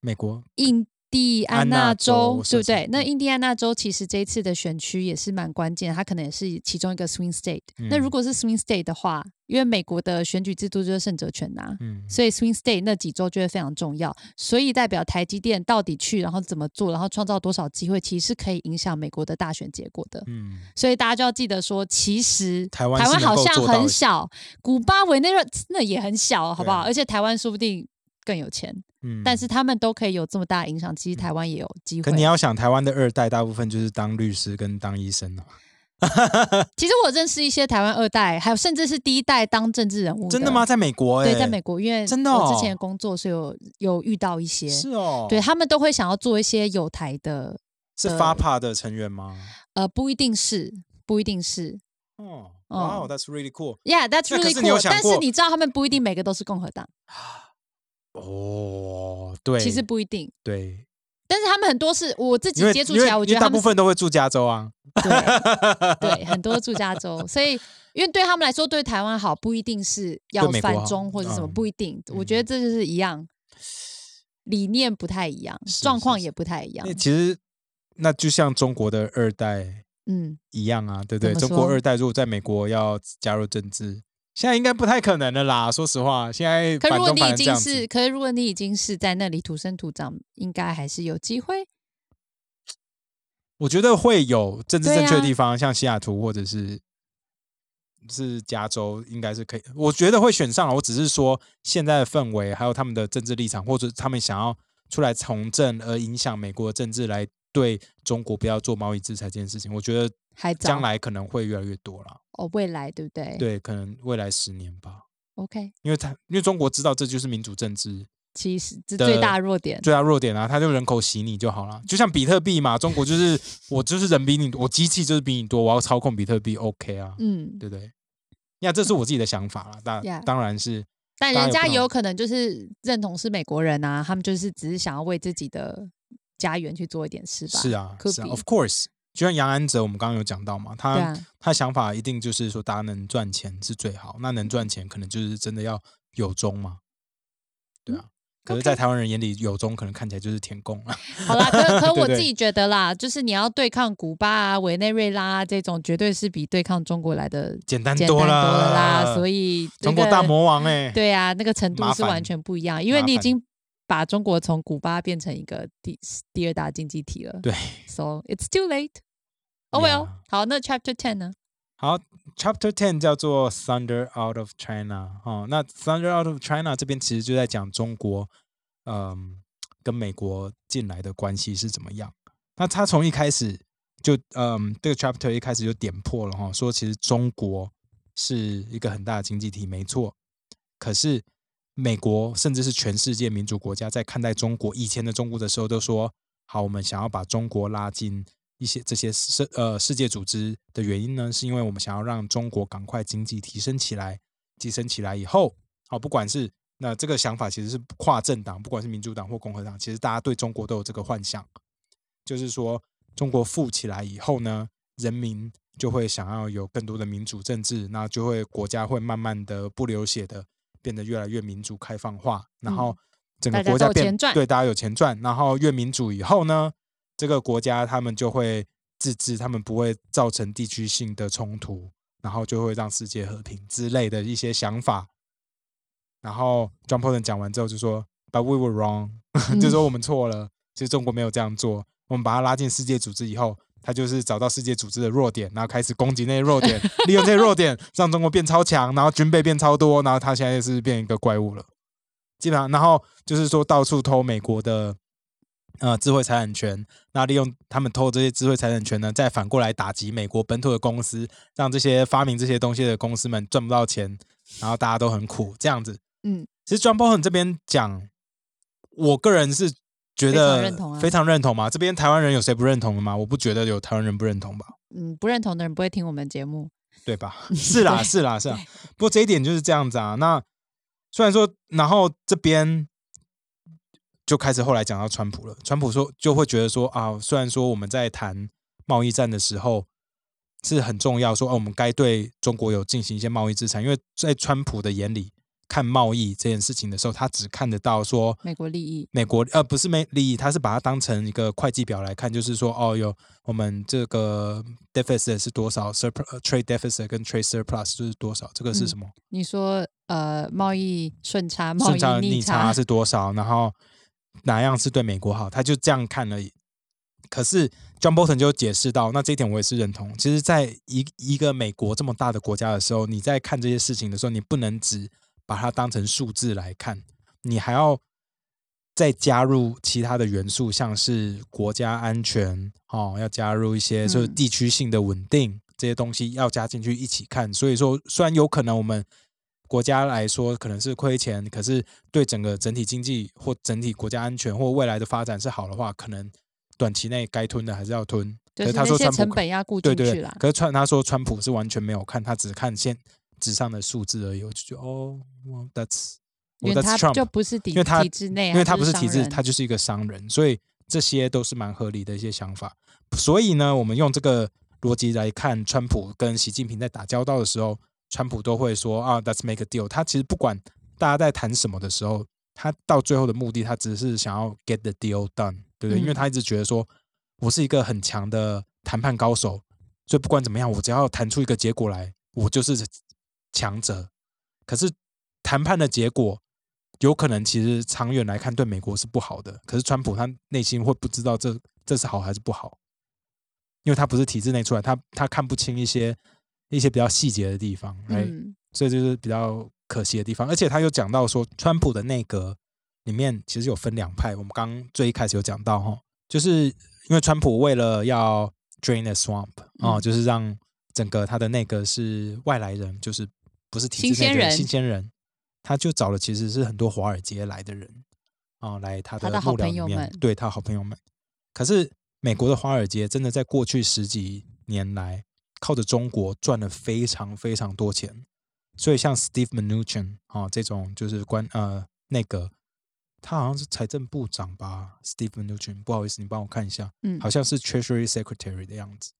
Speaker 2: 美国
Speaker 1: 印第安纳
Speaker 2: 安纳州嗯
Speaker 1: 州，
Speaker 2: 我
Speaker 1: 对
Speaker 2: 想
Speaker 1: 不
Speaker 2: 起来
Speaker 1: 对？那印第安纳州其实这一次的选区也是蛮关键，它可能也是其中一个 swing state、那
Speaker 2: 嗯
Speaker 1: 如果是 swing state 的话，因为美国的选举制度就是胜者权呐、
Speaker 2: 嗯，
Speaker 1: 所以 swing state 那几周就会非常重要，所以代表台积电到底去，然后怎么做，然后创造多少机会，其实是可以影响美国的大选结果的。
Speaker 2: 嗯，
Speaker 1: 所以大家就要记得说，其实
Speaker 2: 台湾是
Speaker 1: 好
Speaker 2: 能够
Speaker 1: 像
Speaker 2: 做到
Speaker 1: 很
Speaker 2: 的
Speaker 1: 小，古巴、委内瑞那也很小，好不好？
Speaker 2: 对啊
Speaker 1: 而且台湾说不定更有钱，
Speaker 2: 嗯
Speaker 1: 但是他们都可以有这么大的影响，其实
Speaker 2: 嗯
Speaker 1: 台湾也有机会
Speaker 2: 可。你要想，台湾的二代大部分就是当律师跟当医生哦。
Speaker 1: 其实我认识一些台湾二代，还有甚至是第一代当政治人物，
Speaker 2: 真的吗？？在美国、欸，
Speaker 1: 对，在美国，因为
Speaker 2: 真的
Speaker 1: 我
Speaker 2: 哦
Speaker 1: 之前工作，所以有有遇到一些，
Speaker 2: 是哦，
Speaker 1: 对，他们都会想要做一些有台的
Speaker 2: 是发帕的成员吗？
Speaker 1: 呃，不一定是，不一定是。
Speaker 2: 哦，
Speaker 1: 嗯
Speaker 2: 哇、哦 t h a t s really cool。
Speaker 1: Yeah, that's
Speaker 2: 那可
Speaker 1: really
Speaker 2: 是你有
Speaker 1: cool。
Speaker 2: 想
Speaker 1: 但是
Speaker 2: 过
Speaker 1: 你知道他们不一定每个都是共和党，
Speaker 2: 哦，对，
Speaker 1: 其实不一定。
Speaker 2: 对，
Speaker 1: 但是他们很多是我自己
Speaker 2: 因为
Speaker 1: 接触
Speaker 2: 因
Speaker 1: 起
Speaker 2: 为
Speaker 1: 来，我觉得
Speaker 2: 因为
Speaker 1: 他
Speaker 2: 大
Speaker 1: 们
Speaker 2: 部分都会住加州啊。
Speaker 1: 是对 对，很多住加州，所以因为对他们来说，对台湾好不一定是要
Speaker 2: 对美国
Speaker 1: 反
Speaker 2: 好
Speaker 1: 中或者什么，
Speaker 2: 嗯
Speaker 1: 不一定。我觉
Speaker 2: 嗯
Speaker 1: 得这就是一样，理念不太一样，
Speaker 2: 是
Speaker 1: 状
Speaker 2: 是
Speaker 1: 况
Speaker 2: 是
Speaker 1: 也不太一样
Speaker 2: 那。其实那就像中国的二代
Speaker 1: 嗯，
Speaker 2: 一样啊，对不对？
Speaker 1: 怎么
Speaker 2: 中国
Speaker 1: 说
Speaker 2: 二代如果在美国要加入政治，现在应该不太可能了啦。说实话，现在
Speaker 1: 可
Speaker 2: 反
Speaker 1: 如果
Speaker 2: 中
Speaker 1: 你
Speaker 2: 反
Speaker 1: 已
Speaker 2: 成这
Speaker 1: 经
Speaker 2: 样
Speaker 1: 是，
Speaker 2: 子，
Speaker 1: 可是如果你已经是在那里土生土长，应该还是有机会。
Speaker 2: 我觉得会有政治
Speaker 1: 对
Speaker 2: 正确的
Speaker 1: 啊
Speaker 2: 地方，像西雅图或者是是加州，应该是可以。我觉得会选上啊。我只是说现在的氛围，还有他们的政治立场，或者他们想要出来从政而影响美国的政治，来对中国不要做贸易制裁这件事情，我觉得
Speaker 1: 还早
Speaker 2: 将来可能会越来越多啦。
Speaker 1: 哦，未来对不对？
Speaker 2: 对，可能未来十年吧。
Speaker 1: ，OK，
Speaker 2: 因为他因为中国知道这就是民主政治，
Speaker 1: 其实这
Speaker 2: 的
Speaker 1: 最大弱点。
Speaker 2: 最大弱点啊，他就人口洗你就好了，就像比特币嘛，中国 就是我就是人比你，我机器就是比你多，我要操控比特币，OK 啊，
Speaker 1: 嗯，
Speaker 2: 对不对？呀，这是我自己的想法啦，当
Speaker 1: Yeah
Speaker 2: 当然是
Speaker 1: 但
Speaker 2: 当
Speaker 1: 人
Speaker 2: 然不
Speaker 1: 家
Speaker 2: 能
Speaker 1: 也有可能就是认同是美国人啊，他们就是只是想要为自己的家园去做一点事吧。
Speaker 2: 是啊，
Speaker 1: Could
Speaker 2: 是啊
Speaker 1: be
Speaker 2: ，of course。就像杨安泽，我们刚刚有讲到嘛，他、
Speaker 1: 对 啊，
Speaker 2: 他想法一定就是说，大家能赚钱是最好。那能赚钱，可能就是真的要有中嘛，对啊。可是，
Speaker 1: 嗯
Speaker 2: 在
Speaker 1: OK
Speaker 2: 台湾人眼里，有中可能看起来就是舔共啊。
Speaker 1: 好啦，可可
Speaker 2: 对
Speaker 1: 我
Speaker 2: 对
Speaker 1: 自己觉得啦，就是你要对抗古巴啊、委内瑞拉啊这种，绝对是比对抗中国来的
Speaker 2: 简单
Speaker 1: 简单
Speaker 2: 多
Speaker 1: 多
Speaker 2: 了
Speaker 1: 了啦。所以、
Speaker 2: 中国大。魔王哎、
Speaker 1: 对啊，那个程
Speaker 2: 麻
Speaker 1: 度是
Speaker 2: 烦
Speaker 1: 完全不一样，因为
Speaker 2: 麻
Speaker 1: 你已
Speaker 2: 烦
Speaker 1: 经把中国从古巴变成一个第第二大经济体了。
Speaker 2: 对
Speaker 1: ，so it's too late. Oh well，、
Speaker 2: Yeah
Speaker 1: 好，那 Chapter Ten 呢？
Speaker 2: 好，Chapter Ten 叫做 Thunder Out of China 哦。那 Thunder Out of China 这边其实就在讲中国，嗯、跟美国进来的关系是怎么样。那他从一开始就，嗯、这个 Chapter 一开始就点破了哈、哦，说其实中国是一个很大的经济体，没错。可是美国甚至是全世界民主国家在看待中国以前的中国的时候，都说好，我们想要把中国拉进一些这些世呃世界组织的原因呢，是因为我们想要让中国赶快经济提升起来，提升起来以后，好，不管是那这个想法其实是跨政党，不管是民主党或共和党，其实大家对中国都有这个幻想，就是说中国富起来以后呢，人民就会想要有更多的民主政治，那就会国家会慢慢的不流血的变得越来越民主开放化，然后整个
Speaker 1: 大家
Speaker 2: 国家
Speaker 1: 都有
Speaker 2: 变
Speaker 1: 钱赚
Speaker 2: 对大家有钱赚，然后越民主以后呢，这个国家他们就会自治，他们不会造成地区性的冲突，然后就会让世界和平之类的一些想法。然后 John Bolton 讲完之后就说，But we were wrong，就 说我们错了，其实中国没有这样做。我们把他拉进世界组织以后，他就是找到世界组织的弱点，然后开始攻击那些弱点，利用这些弱点让中国变超强，然后军备变超多，然后他现在是变一个怪物了。基本上，然后就是说到处偷美国的呃智慧财产权，那利用他们偷这些智慧财产权呢，再反过来打击美国本土的公司，让这些发明这些东西的公司们赚不到钱，然后大家都很苦，这样子。
Speaker 1: 嗯，
Speaker 2: 其实 John Bolton 这边讲，我个人是觉
Speaker 1: 非
Speaker 2: 得
Speaker 1: 常认同啊
Speaker 2: 非常认同嘛。这边台湾人有谁不认同的吗？我不觉得有台湾人不认同吧。
Speaker 1: 嗯，不认同的人不会听我们节目。
Speaker 2: 对吧？ 是啦，
Speaker 1: 对
Speaker 2: 是啦，是啦。不过这一点就是这样子啊。那虽然说，然后这边就开始后来讲到川普了。川普说就会觉得说啊，虽然说我们在谈贸易战的时候是很重要，说哦、我们该对中国有进行一些贸易资产，因为在川普的眼里，看贸易这件事情的时候，他只看得到说
Speaker 1: 美国利益
Speaker 2: 美国呃不是没利益，他是把它当成一个会计表来看，就是说哦有我们这个 deficit 是多少，surplus trade deficit 跟 trade surplus 就是多少，这个是
Speaker 1: 嗯
Speaker 2: 什么？
Speaker 1: 你说呃，贸易顺差、贸
Speaker 2: 顺差
Speaker 1: 易
Speaker 2: 逆
Speaker 1: 差
Speaker 2: 差是多少，然后哪样是对美国好，他就这样看而已。可是 John Bolton 就解释到，那这一点我也是认同。其实，在一一个美国这么大的国家的时候，你在看这些事情的时候，你不能只把它当成数字来看，你还要再加入其他的元素，像是国家安全哦，要加入一些就是
Speaker 1: 嗯
Speaker 2: 地区性的稳定、这些东西要加进去一起看。所以说，虽然有可能我们国家来说可能是亏钱，可是对整个整体经济或整体国家安全或未来的发展是好的话，可能短期内该吞的还是要吞。
Speaker 1: 就
Speaker 2: 可
Speaker 1: 是
Speaker 2: 他
Speaker 1: 那
Speaker 2: 说
Speaker 1: 些
Speaker 2: 川
Speaker 1: 成
Speaker 2: 普
Speaker 1: 本要顾
Speaker 2: 对
Speaker 1: 进
Speaker 2: 对
Speaker 1: 去
Speaker 2: 对
Speaker 1: 啦，。
Speaker 2: 可是川他说川普是完全没有看，他只看现纸上的数字而已。我就觉得哦、well, t h a t s
Speaker 1: 因
Speaker 2: well,
Speaker 1: 为
Speaker 2: that's
Speaker 1: 他
Speaker 2: Trump，
Speaker 1: 就不是体
Speaker 2: 因为他
Speaker 1: 体制内啊，
Speaker 2: 因为他不是体
Speaker 1: 商
Speaker 2: 制，
Speaker 1: 人
Speaker 2: 他就是一个商人，所以这些都是蛮合理的一些想法。所以呢，我们用这个逻辑来看，川普跟习近平在打交道的时候，川普都会说啊，Let's make a deal。他其实不管大家在谈什么的时候，他到最后的目的，他只是想要 get the deal done，对不
Speaker 1: 嗯
Speaker 2: 对？因为他一直觉得说，我是一个很强的谈判高手，所以不管怎么样，我只要谈出一个结果来，我就是强者。可是谈判的结果有可能其实长远来看对美国是不好的，可是川普他内心会不知道这这是好还是不好，因为他不是体制内出来，他他看不清一些一些比较细节的地方，right?
Speaker 1: 嗯，
Speaker 2: 所以这就是比较可惜的地方。而且他又讲到说，川普的内阁里面其实有分两派。我们刚最一开始有讲到哈，就是因为川普为了要 drain the swamp 哦，
Speaker 1: 嗯
Speaker 2: 就是让整个他的内阁是外来人，就是不是体制
Speaker 1: 新
Speaker 2: 内
Speaker 1: 鲜
Speaker 2: 的
Speaker 1: 人
Speaker 2: 新鲜人，他就找了其实是很多华尔街来的人，啊、来他
Speaker 1: 他
Speaker 2: 的
Speaker 1: 的好
Speaker 2: 幕僚
Speaker 1: 朋
Speaker 2: 里
Speaker 1: 友
Speaker 2: 面
Speaker 1: 们
Speaker 2: 对他好朋友们。可是美国的华尔街真的在过去十几年来，靠着中国赚了非常非常多钱，所以像 Steve Mnuchin 啊、这种就是关呃那个他好像是财政部长吧，Steve Mnuchin，不好意思，你帮我看一下，
Speaker 1: 嗯
Speaker 2: 好像是 Treasury Secretary 的样子。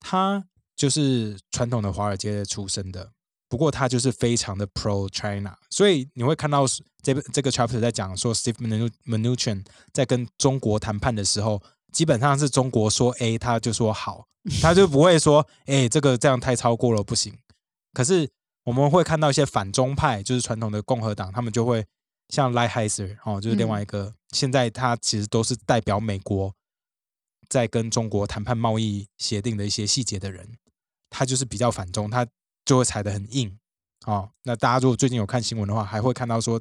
Speaker 2: 他就是传统的华尔街出身的，不过他就是非常的 pro China，所以你会看到是这这个 chapter 在讲说 Steve Mnu- Mnuchin 在跟中国谈判的时候，基本上是中国说 A，他就说好，他就不会说 哎、这个这样太超过了不行。可是我们会看到一些反中派，就是传统的共和党，他们就会像 Lighthizer 哦，就是
Speaker 1: 嗯
Speaker 2: 另外一个，现在他其实都是代表美国在跟中国谈判贸易协定的一些细节的人，他就是比较反中，他就会踩得很硬哦。那大家如果最近有看新闻的话，还会看到说，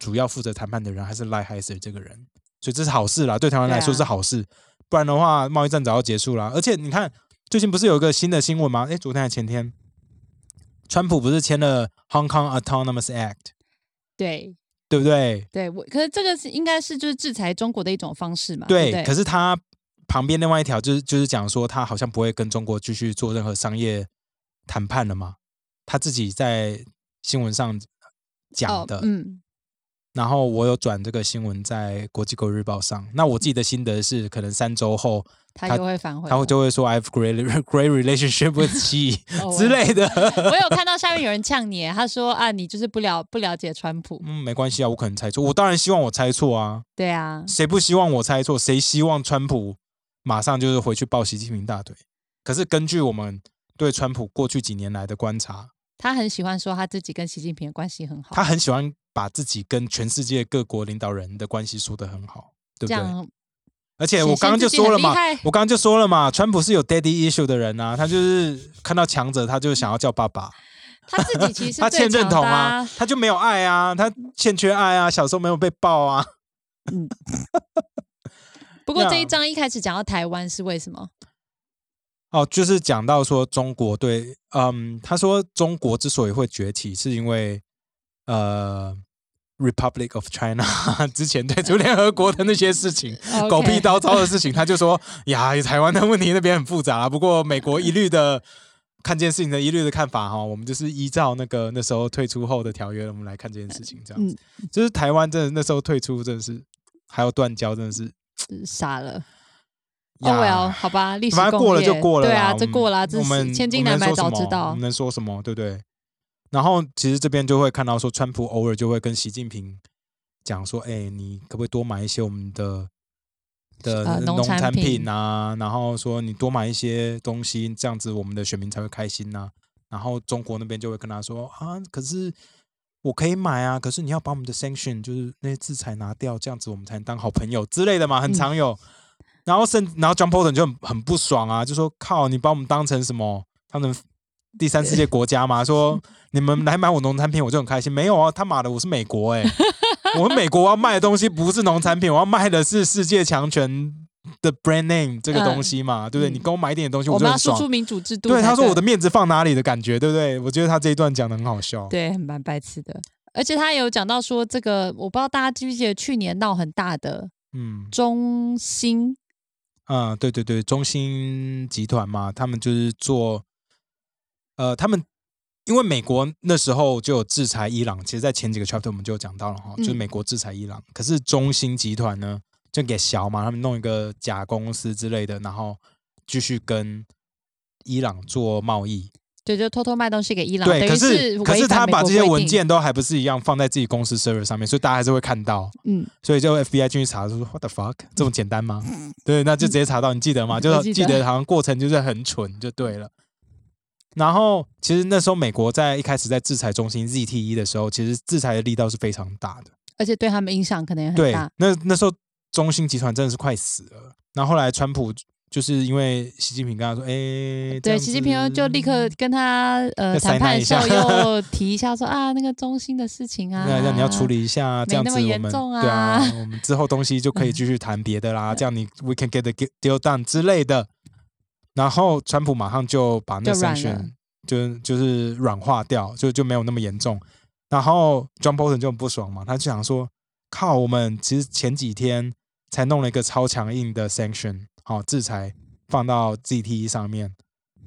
Speaker 2: 主要负责谈判的人还是 Lighthizer 这个人，所以这是好事啦，对台湾来说
Speaker 1: 对啊
Speaker 2: 是好事。不然的话，贸易战早要结束啦。而且你看，最近不是有一个新的新闻吗？诶，昨天还前天，川普不是签了 Hong Kong Autonomous Act，
Speaker 1: 对
Speaker 2: 对不对？
Speaker 1: 对，我可是这个是应该是就是制裁中国的一种方式嘛？对
Speaker 2: 对，
Speaker 1: 不对，
Speaker 2: 可是他旁边另外一条就是就是讲说，他好像不会跟中国继续做任何商业谈判了嘛。他自己在新闻上
Speaker 1: 哦
Speaker 2: 讲的，
Speaker 1: 嗯，
Speaker 2: 然后我有转这个新闻在国际狗日报上。那我自己的心得是，可能三周后
Speaker 1: 他
Speaker 2: 他
Speaker 1: 又会哦反悔，
Speaker 2: 他会。就会说 I've great great relationship with Xi
Speaker 1: 哦
Speaker 2: 之。类的。
Speaker 1: 我有我有看到下面有人呛你，他说啊，你就是不了不了解川普。
Speaker 2: 嗯，没关系啊，我可能猜错。我当然希望我猜错啊，
Speaker 1: 对啊，
Speaker 2: 谁不希望我猜错？谁希望川普马上就是回去抱习近平大腿？可是根据我们对川普过去几年来的观察，
Speaker 1: 他很喜欢说他自己跟习近平的关系很好，
Speaker 2: 他很喜欢把自己跟全世界各国领导人的关系说得很好，对
Speaker 1: 这
Speaker 2: 不对？
Speaker 1: 样
Speaker 2: 而且
Speaker 1: 显
Speaker 2: 我刚刚
Speaker 1: 现
Speaker 2: 就
Speaker 1: 自己很
Speaker 2: 说了
Speaker 1: 厉
Speaker 2: 嘛，
Speaker 1: 害
Speaker 2: 我刚刚就说了嘛，川普是有 daddy issue 的人啊，他就是看到强者，他就想要叫爸爸。
Speaker 1: 他自己其实
Speaker 2: 他欠
Speaker 1: 最
Speaker 2: 认
Speaker 1: 强
Speaker 2: 同
Speaker 1: 的
Speaker 2: 啊，他就没有爱啊，他欠缺爱啊，小时候没有被抱啊。
Speaker 1: 不过这
Speaker 2: 那
Speaker 1: 一章一开始讲到台湾是为什么？
Speaker 2: 哦，就是讲到说中国对，嗯，他说中国之所以会崛起，是因为呃，Republic of China 之前对出联合国的那些事情，狗屁
Speaker 1: 嗯 OK
Speaker 2: 叨叨的事情，他就说呀，台湾的问题那边很复杂、啊，不过美国一律的。看这件事情的一律的看法哈，我们就是依照那个那时候退出后的条约，我们来看这件事情，这样子。
Speaker 1: 嗯
Speaker 2: 就是台湾真的那时候退出，真的是还有断交，真的是
Speaker 1: 呃傻了。哦
Speaker 2: 呀
Speaker 1: well，好吧，历史
Speaker 2: 反正过
Speaker 1: 攻
Speaker 2: 了
Speaker 1: 略
Speaker 2: 就过了啦，
Speaker 1: 对啊，
Speaker 2: 我
Speaker 1: 这
Speaker 2: 们
Speaker 1: 过了啊，这
Speaker 2: 我们
Speaker 1: 是千金
Speaker 2: 我们
Speaker 1: 难买
Speaker 2: 能说
Speaker 1: 早
Speaker 2: 什
Speaker 1: 知
Speaker 2: 么我
Speaker 1: 道
Speaker 2: 们。能说什么，对不对？然后其实这边就会看到说，川普偶尔就会跟习近平讲说：“哎、你可不可以多买一些我们的的
Speaker 1: 呃农
Speaker 2: 农
Speaker 1: 产
Speaker 2: 产
Speaker 1: 品
Speaker 2: 品啊？然后说你多买一些东西，这样子我们的选民才会开心呐、然后中国那边就会跟他说：“啊，可是我可以买啊，可是你要把我们的 sanction，就是那些制裁拿掉，这样子我们才能当好朋友之类的嘛，很常有。
Speaker 1: 嗯
Speaker 2: 然后甚然后 John Bolton 就很很不爽啊，就说靠，你把我们当成什么？他们第三世界国家嘛，
Speaker 1: 嗯
Speaker 2: 说你们来买我农产品，我就很开心。没有啊，他妈的，我是美国哎、 我们美国我要卖的东西不是农产品，我要卖的是世界强权的 brand name 这个东西嘛，对不对？
Speaker 1: 嗯
Speaker 2: 你给我买一点点东西，
Speaker 1: 我
Speaker 2: 就
Speaker 1: 们要
Speaker 2: 很
Speaker 1: 输
Speaker 2: 爽。
Speaker 1: 出民主制度才。
Speaker 2: 对，他说我的面子放哪里的感觉，对不对？我觉得他这一段讲的很好笑。
Speaker 1: 对，很蛮白痴的。而且他也有讲到说，这个我不知道大家记不记得去年闹很大的
Speaker 2: 嗯
Speaker 1: 中兴，
Speaker 2: 啊、对对对，中兴集团嘛，他们就是做，呃，他们因为美国那时候就有制裁伊朗，其实在前几个 chapter 我们就有讲到了哈，就是
Speaker 1: 嗯
Speaker 2: 美国制裁伊朗，可是中兴集团呢就给小嘛，他们弄一个假公司之类的，然后继续跟伊朗做贸易，
Speaker 1: 对，就偷偷卖东西给伊朗，啊
Speaker 2: 对，
Speaker 1: 等
Speaker 2: 可
Speaker 1: 于
Speaker 2: 是可
Speaker 1: 违
Speaker 2: 是
Speaker 1: 反
Speaker 2: 他
Speaker 1: 美
Speaker 2: 把
Speaker 1: 国
Speaker 2: 这些
Speaker 1: 规
Speaker 2: 文
Speaker 1: 定，
Speaker 2: 件都还不是一样放在自己公司 server 上面，所以大家还是会看到。
Speaker 1: 嗯，
Speaker 2: 所以就 FBI 进去查，就说 What the fuck，这么简单吗？对，那就直接查到，你记得吗？就
Speaker 1: 我
Speaker 2: 是
Speaker 1: 嗯记
Speaker 2: 记
Speaker 1: 得
Speaker 2: 得好像过程就是很蠢就对了。然后其实那时候美国在一开始在制裁中心 ZTE 的时候，其实制裁的力道是非常大的。
Speaker 1: 而且对他们影响可能也很
Speaker 2: 对
Speaker 1: 大，，
Speaker 2: 那那时候中兴集团真的是快死了。然后后来川普就是因为习近平跟他说，哎，这
Speaker 1: 对，
Speaker 2: 样
Speaker 1: 习近平
Speaker 2: 子
Speaker 1: 就立刻跟他呃谈
Speaker 2: 再塞纳
Speaker 1: 判
Speaker 2: 一
Speaker 1: 的时候
Speaker 2: 下
Speaker 1: 又提一下说啊，那个中兴的事情啊，
Speaker 2: 那那你要处理一下，啊这样子
Speaker 1: 那么
Speaker 2: 我
Speaker 1: 严
Speaker 2: 们
Speaker 1: 重
Speaker 2: 对
Speaker 1: 啊嗯
Speaker 2: 啊，我们之后东西就可以继续谈别的啦。这样你 we can get the deal done 之类的。然后川普马上就把那
Speaker 1: 就软了
Speaker 2: sanction 就就是软化掉，就就没有那么严重。然后 John Bolton 就很不爽嘛，他就想说靠，我们其实前几天才弄了一个超强硬的 sanction，好、制裁放到 GTE 上面，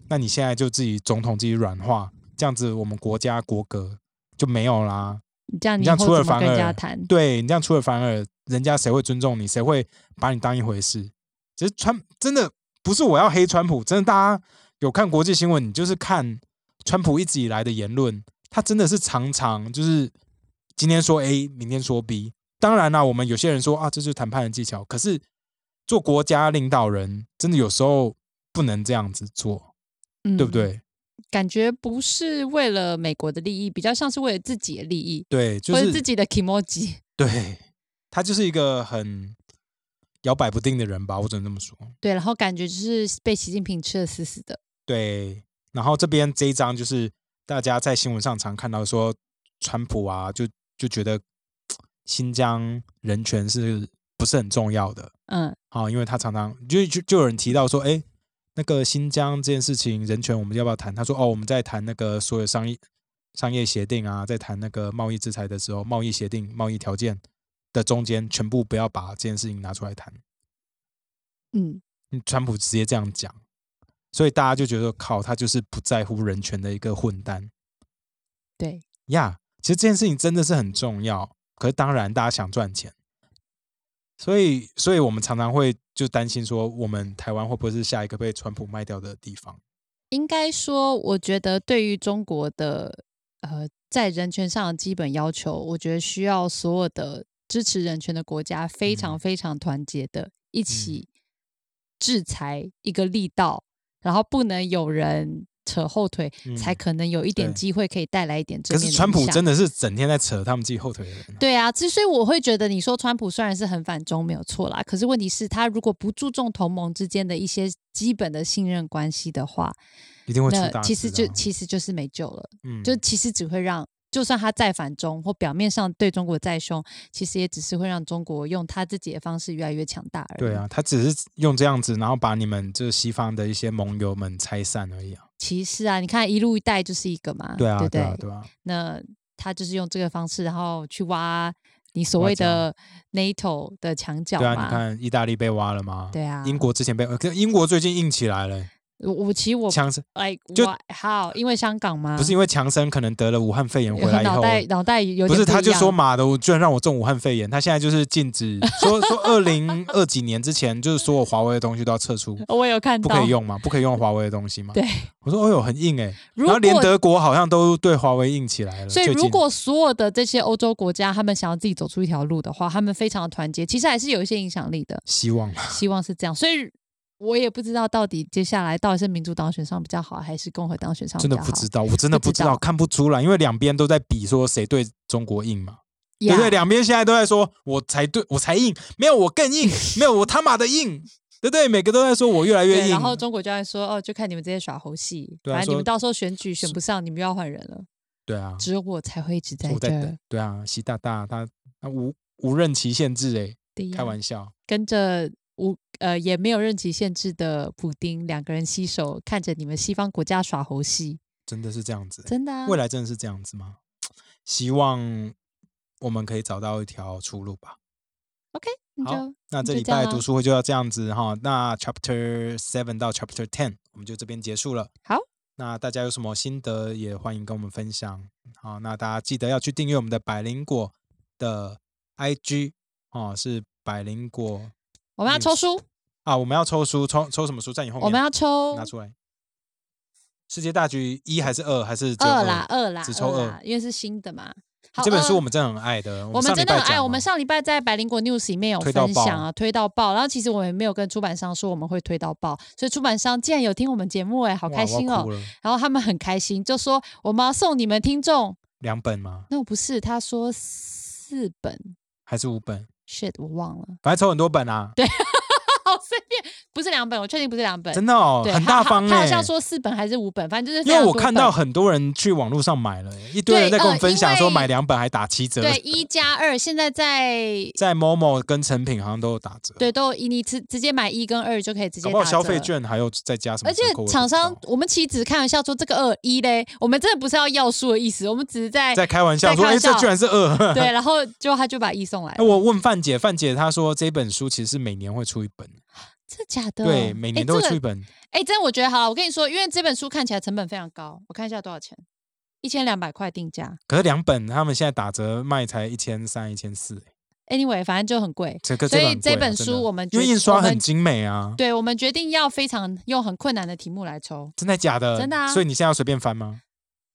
Speaker 2: 那你现在就自己总统自己软化，这样子我们国家国格就没有啦。
Speaker 1: 你这样
Speaker 2: 你
Speaker 1: 你以
Speaker 2: 这样
Speaker 1: 后
Speaker 2: 出尔
Speaker 1: 怎么
Speaker 2: 反
Speaker 1: 跟人
Speaker 2: 尔
Speaker 1: 家谈？
Speaker 2: 对你这样出尔反尔，人家谁会尊重你？谁会把你当一回事？其实川真的不是我要黑川普，真的大家有看国际新闻，你就是看川普一直以来的言论，他真的是常常就是今天说 A，明天说 B。当然啦，我们有些人说啊，这就是谈判的技巧，可是做国家领导人，真的有时候不能这样子做，
Speaker 1: 嗯
Speaker 2: 对不？对？
Speaker 1: 感觉不是为了美国的利益，比较像是为了自己的利益，
Speaker 2: 对，就
Speaker 1: 或
Speaker 2: 是
Speaker 1: 者自己的 k i m o j i
Speaker 2: 对他就是一个很摇摆不定的人吧，我只能这么说。
Speaker 1: 对，然后感觉就是被习近平吃的死死的。
Speaker 2: 对，然后这边这一张就是大家在新闻上常看到说，川普啊，就就觉得新疆人权是不是很重要的
Speaker 1: 嗯，
Speaker 2: 啊、因为他常常就就就有人提到说，哎，那个新疆这件事情，人权我们要不要谈？他说，哦，我们在谈那个所有商业商业协定啊，在谈那个贸易制裁的时候，贸易协定、贸易条件的中间，全部不要把这件事情拿出来谈。
Speaker 1: 嗯，
Speaker 2: 嗯川普直接这样讲，所以大家就觉得靠，他就是不在乎人权的一个混蛋
Speaker 1: 对，
Speaker 2: 呀。其实这件事情真的是很重要，可是当然大家想赚钱，所以所以我们常常会就担心说，我们台湾会不会是下一个被川普卖掉的地方？
Speaker 1: 应该说，我觉得对于中国的呃，在人权上的基本要求，我觉得需要所有的支持人权的国家非常
Speaker 2: 嗯
Speaker 1: 非常团结的、一起制裁一个力道，然后不能有人扯后腿，
Speaker 2: 嗯
Speaker 1: 才可能有一点
Speaker 2: 对
Speaker 1: 机会可以带来一点
Speaker 2: 可
Speaker 1: 正面的
Speaker 2: 是川普
Speaker 1: 影响
Speaker 2: 真的是整天在扯他们自己后腿的人啊、
Speaker 1: 对啊，之所以我会觉得你说川普虽然是很反中没有错啦，可是问题是，他如果不注重同盟之间的一些基本的信任关系的话，
Speaker 2: 一定会出
Speaker 1: 那
Speaker 2: 大事的啊、
Speaker 1: 其实就其实就是没救了，
Speaker 2: 嗯
Speaker 1: 就其实只会让。就算他再反中，或表面上对中国再凶，其实也只是会让中国用他自己的方式越来越强大而已。
Speaker 2: 对啊，，他只是用这样子，然后把你们这西方的一些盟友们拆散而已啊。
Speaker 1: 歧视啊，你看一路一带就是一个嘛，
Speaker 2: 对啊，
Speaker 1: 对不
Speaker 2: 对啊，对啊。
Speaker 1: 那他就是用这个方式，然后去挖你所
Speaker 2: 挖
Speaker 1: 谓
Speaker 2: 角
Speaker 1: 的 NATO 的墙角
Speaker 2: 对啊，
Speaker 1: 嘛。
Speaker 2: 你看意大利被挖了吗？
Speaker 1: 对啊
Speaker 2: 英国之前被，呃可是英国最近硬起来了，欸
Speaker 1: 我我其实我
Speaker 2: 强生
Speaker 1: like
Speaker 2: 就
Speaker 1: why- how？因为香港吗？
Speaker 2: 不是因为强生可能得了武汉肺炎回来以
Speaker 1: 脑
Speaker 2: 后，哦
Speaker 1: 袋脑袋有点
Speaker 2: 不是他
Speaker 1: 一
Speaker 2: 就说
Speaker 1: 样
Speaker 2: 妈的，我居然让我中武汉肺炎，他现在就是禁止说说二零二几年之前就是所有华为的东西都要撤 出，
Speaker 1: 我有看
Speaker 2: 不
Speaker 1: 到，
Speaker 2: 可以用嘛，不可以用华为的东西嘛。
Speaker 1: 对，
Speaker 2: 我说哦哟很硬哎、
Speaker 1: 如
Speaker 2: 然
Speaker 1: 果
Speaker 2: 后连德国好像都对华为硬起来了，
Speaker 1: 所以
Speaker 2: 呃最
Speaker 1: 如
Speaker 2: 近
Speaker 1: 果所有的这些欧洲国家他们想要自己走出一条路的话，他们非常的团结，其实还是有一些影响力 的。
Speaker 2: 希望吧
Speaker 1: 希望是这样，所以。我也不知道到底接下来到底是民主党选上比较好，还是共和党选上比
Speaker 2: 真的
Speaker 1: 较好
Speaker 2: 不知道，我真的
Speaker 1: 不
Speaker 2: 不
Speaker 1: 知
Speaker 2: 知道，
Speaker 1: 道
Speaker 2: 看不出来，因为两边都在比说谁对中国硬嘛。对不对？
Speaker 1: 呀
Speaker 2: 两边现在都在说，我才对，我 才硬，没有我更硬，没有我他妈的硬，对不对？每个都在说我越来越
Speaker 1: 对，
Speaker 2: 硬
Speaker 1: 然，后中国就在说哦，就看你们这些耍猴戏，
Speaker 2: 对啊
Speaker 1: 反正
Speaker 2: 说
Speaker 1: 你们到时候选举选不上，你们又要换人了，
Speaker 2: 对啊，
Speaker 1: 只有我才会一直在
Speaker 2: 我
Speaker 1: 这
Speaker 2: 在等
Speaker 1: 儿。，
Speaker 2: 对啊，习大大他他无无任期限制哎、
Speaker 1: 对呀
Speaker 2: 开玩笑，
Speaker 1: 啊跟着无呃也没有任期限制的普丁，两个人携手看着你们西方国家耍猴戏，
Speaker 2: 真的是这样子、
Speaker 1: 真的、啊。
Speaker 2: 未来真的是这样子吗？希望我们可以找到一条出路吧。
Speaker 1: 你
Speaker 2: 好
Speaker 1: 就
Speaker 2: 那这
Speaker 1: 就
Speaker 2: 礼
Speaker 1: 这样
Speaker 2: 拜
Speaker 1: 啊
Speaker 2: 读书会就要这样子哈。那 Chapter Seven 到 Chapter Ten 我们就这边结束了。
Speaker 1: 好，
Speaker 2: 那大家有什么心得也欢迎跟我们分享。好，那大家记得要去订阅我们的百灵果的 IG 哦，是百灵果
Speaker 1: 我们要抽
Speaker 2: news
Speaker 1: 书，
Speaker 2: 啊。我们要抽书，抽抽什么书在你后面？
Speaker 1: 我们要抽
Speaker 2: 拿出来。世界大局一还是二还是只有
Speaker 1: 二啦，二啦，
Speaker 2: 只抽
Speaker 1: 二
Speaker 2: 二
Speaker 1: 啦，因为是新的嘛。好，
Speaker 2: 这本书
Speaker 1: 二
Speaker 2: 我们真的很爱的，
Speaker 1: 我们
Speaker 2: 上礼
Speaker 1: 真的
Speaker 2: 拜
Speaker 1: 很爱，
Speaker 2: 讲哦
Speaker 1: 我们
Speaker 2: 了
Speaker 1: 上礼拜在百灵果 news 里面有
Speaker 2: 推到
Speaker 1: 分
Speaker 2: 爆
Speaker 1: 享啊，推到爆。然后其实我们也没有跟出版商说我们会推到爆，所以出版商竟然有听我们节目哎、好
Speaker 2: 哇
Speaker 1: 开
Speaker 2: 我要
Speaker 1: 心哦
Speaker 2: 哭。了
Speaker 1: 然后他们很开心，就说我们要送你们听众，
Speaker 2: 两本吗？
Speaker 1: 那不是他说四本
Speaker 2: 还是五本？
Speaker 1: ，shit 我忘了。
Speaker 2: 反正抽很多本啊。
Speaker 1: 好随便，不不是两本，我确定不是两本，
Speaker 2: 真的哦，
Speaker 1: 对，
Speaker 2: 很
Speaker 1: 他
Speaker 2: 大
Speaker 1: 好
Speaker 2: 方
Speaker 1: 他好
Speaker 2: 哎、
Speaker 1: 像说四本还是五本，反正就是非
Speaker 2: 因为
Speaker 1: 常
Speaker 2: 我
Speaker 1: 多
Speaker 2: 看
Speaker 1: 本
Speaker 2: 到很多人去网络上买了、一堆人在
Speaker 1: 对
Speaker 2: 跟
Speaker 1: 呃
Speaker 2: 我们分享
Speaker 1: 因
Speaker 2: 说
Speaker 1: 为
Speaker 2: 买两本还打七折，
Speaker 1: 对一加二现在在。
Speaker 2: 在 Momo 跟成品好像都有打折，，
Speaker 1: 对，都你直直接买一跟二就可以直接
Speaker 2: 搞
Speaker 1: 打
Speaker 2: 不好消
Speaker 1: 折
Speaker 2: 费券还有再加什么
Speaker 1: 而
Speaker 2: 折
Speaker 1: 且
Speaker 2: 扣我也不知道，
Speaker 1: 厂商，我们其实只是开玩笑说这个二一嘞，我们真的不是要要数的意思，我们只是在
Speaker 2: 在开玩笑
Speaker 1: 在
Speaker 2: 说，
Speaker 1: 开
Speaker 2: 哎、
Speaker 1: 玩
Speaker 2: 这
Speaker 1: 笑
Speaker 2: 居然是二，
Speaker 1: 对，然后就他就把一送来
Speaker 2: 哎，
Speaker 1: 了，
Speaker 2: 我问范姐，范姐她说这本书其实是每年会出一本，
Speaker 1: 这假的？
Speaker 2: 对，每年都会
Speaker 1: 哎、
Speaker 2: 出
Speaker 1: 这
Speaker 2: 一
Speaker 1: 个
Speaker 2: 本，
Speaker 1: 哎真的我觉得好了，我跟你说，因为这本书看起来成本非常高，我看一下多少钱，一千两百块定价
Speaker 2: 可是两本他们现在打折卖才一千三、一千四，
Speaker 1: ，anyway，反正就很贵。
Speaker 2: 这个
Speaker 1: 所以
Speaker 2: 很贵
Speaker 1: 这
Speaker 2: 啊
Speaker 1: 本
Speaker 2: 真
Speaker 1: 书
Speaker 2: 的
Speaker 1: 我们
Speaker 2: 因为
Speaker 1: 决
Speaker 2: 印刷
Speaker 1: 我们
Speaker 2: 很精美啊，
Speaker 1: 对，我们决定要非常用很困难的题目来抽，
Speaker 2: 真的假的？
Speaker 1: 真的啊
Speaker 2: 所以你现在要随便翻吗？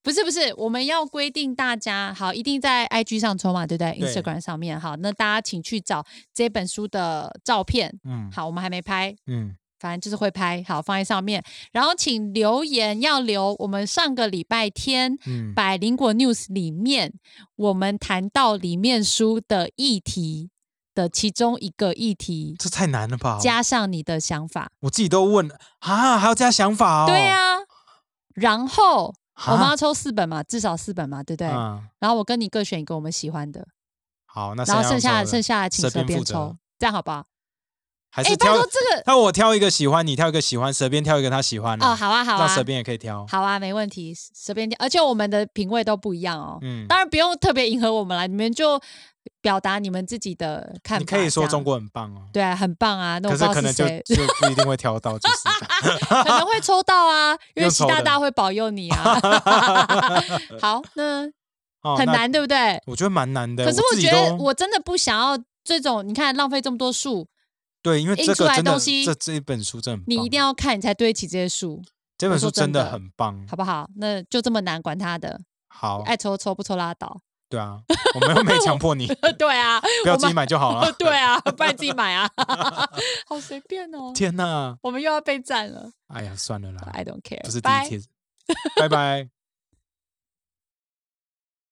Speaker 1: 不是不是，我们要规定大家好，一定在 IG 上抽嘛，对不对
Speaker 2: 对
Speaker 1: ？Instagram 上面好，那大家请去找这本书的照片。
Speaker 2: 嗯
Speaker 1: 好，我们还没拍，
Speaker 2: 嗯，
Speaker 1: 反正就是会拍，好放在上面。然后请留言，要留我们上个礼拜天
Speaker 2: 嗯，
Speaker 1: 百灵果 News 里面，我们谈到里面书的议题的其中一个议题，
Speaker 2: 这太难了吧？
Speaker 1: 加上你的想法。
Speaker 2: 我自己都问啊，还要加想法哦？
Speaker 1: 对啊，然后
Speaker 2: 哈，
Speaker 1: 我们要抽四本嘛，至少四本嘛，对不对？
Speaker 2: 啊嗯，
Speaker 1: 然后我跟你各选一个我们喜欢的，
Speaker 2: 好，那
Speaker 1: 然后
Speaker 2: 谁要
Speaker 1: 剩下的
Speaker 2: 抽
Speaker 1: 剩下的请
Speaker 2: 蛇
Speaker 1: 蛇
Speaker 2: 边
Speaker 1: 边
Speaker 2: 负责
Speaker 1: 抽，这样好不好？
Speaker 2: 还
Speaker 1: 哎，
Speaker 2: 是
Speaker 1: 拜
Speaker 2: 挑
Speaker 1: 托，这个
Speaker 2: 那我挑一个喜欢，你挑一个喜欢，蛇边挑一个他喜欢的
Speaker 1: 哦，，好啊好
Speaker 2: 嗯那
Speaker 1: 啊
Speaker 2: 蛇，边也可以挑，
Speaker 1: 好啊，没问题，蛇边挑，而且我们的品味都不一样哦。
Speaker 2: 嗯，
Speaker 1: 当然不用特别迎合我们啦，你们就表达你们自己的看法。
Speaker 2: 你可以
Speaker 1: 这
Speaker 2: 说
Speaker 1: 样
Speaker 2: 中国很棒哦。
Speaker 1: 对啊，很棒啊，那我
Speaker 2: 可
Speaker 1: 不知道
Speaker 2: 可能就，
Speaker 1: 谁
Speaker 2: 就不一定会挑到，就是 这样
Speaker 1: 可能 会抽到啊，因为
Speaker 2: 又
Speaker 1: 习
Speaker 2: 抽
Speaker 1: 大
Speaker 2: 的
Speaker 1: 大会保佑你 啊。好，那
Speaker 2: 哦
Speaker 1: 很
Speaker 2: 那
Speaker 1: 难，对不对？
Speaker 2: 我觉得蛮难的。
Speaker 1: 可是
Speaker 2: 我
Speaker 1: 我
Speaker 2: 自己
Speaker 1: 觉得
Speaker 2: 都
Speaker 1: 我真的不想要这种，你看浪费这么多树，
Speaker 2: 对，因为
Speaker 1: 印
Speaker 2: 这
Speaker 1: 出
Speaker 2: 个
Speaker 1: 来
Speaker 2: 真的
Speaker 1: 东西
Speaker 2: 这这一本书真的很
Speaker 1: 你
Speaker 2: 棒
Speaker 1: 一定要看，你才对得起这些树，
Speaker 2: 这本
Speaker 1: 我
Speaker 2: 书
Speaker 1: 说
Speaker 2: 真
Speaker 1: 真
Speaker 2: 的
Speaker 1: 的
Speaker 2: 很棒。
Speaker 1: 好不好？那就这么难，管他的，
Speaker 2: 好，
Speaker 1: 爱抽抽不抽拉倒。
Speaker 2: 对啊，我 们又没强迫你，
Speaker 1: 对啊，
Speaker 2: 不要
Speaker 1: 我
Speaker 2: 自己
Speaker 1: 们
Speaker 2: 买就好了。
Speaker 1: 对 啊，不然自己买啊，好随便哦。
Speaker 2: 天哪，
Speaker 1: 我们又要被占了
Speaker 2: 哎呀，算了啦，
Speaker 1: ，I don't care，
Speaker 2: 不是第
Speaker 1: 拜
Speaker 2: 一天，拜拜。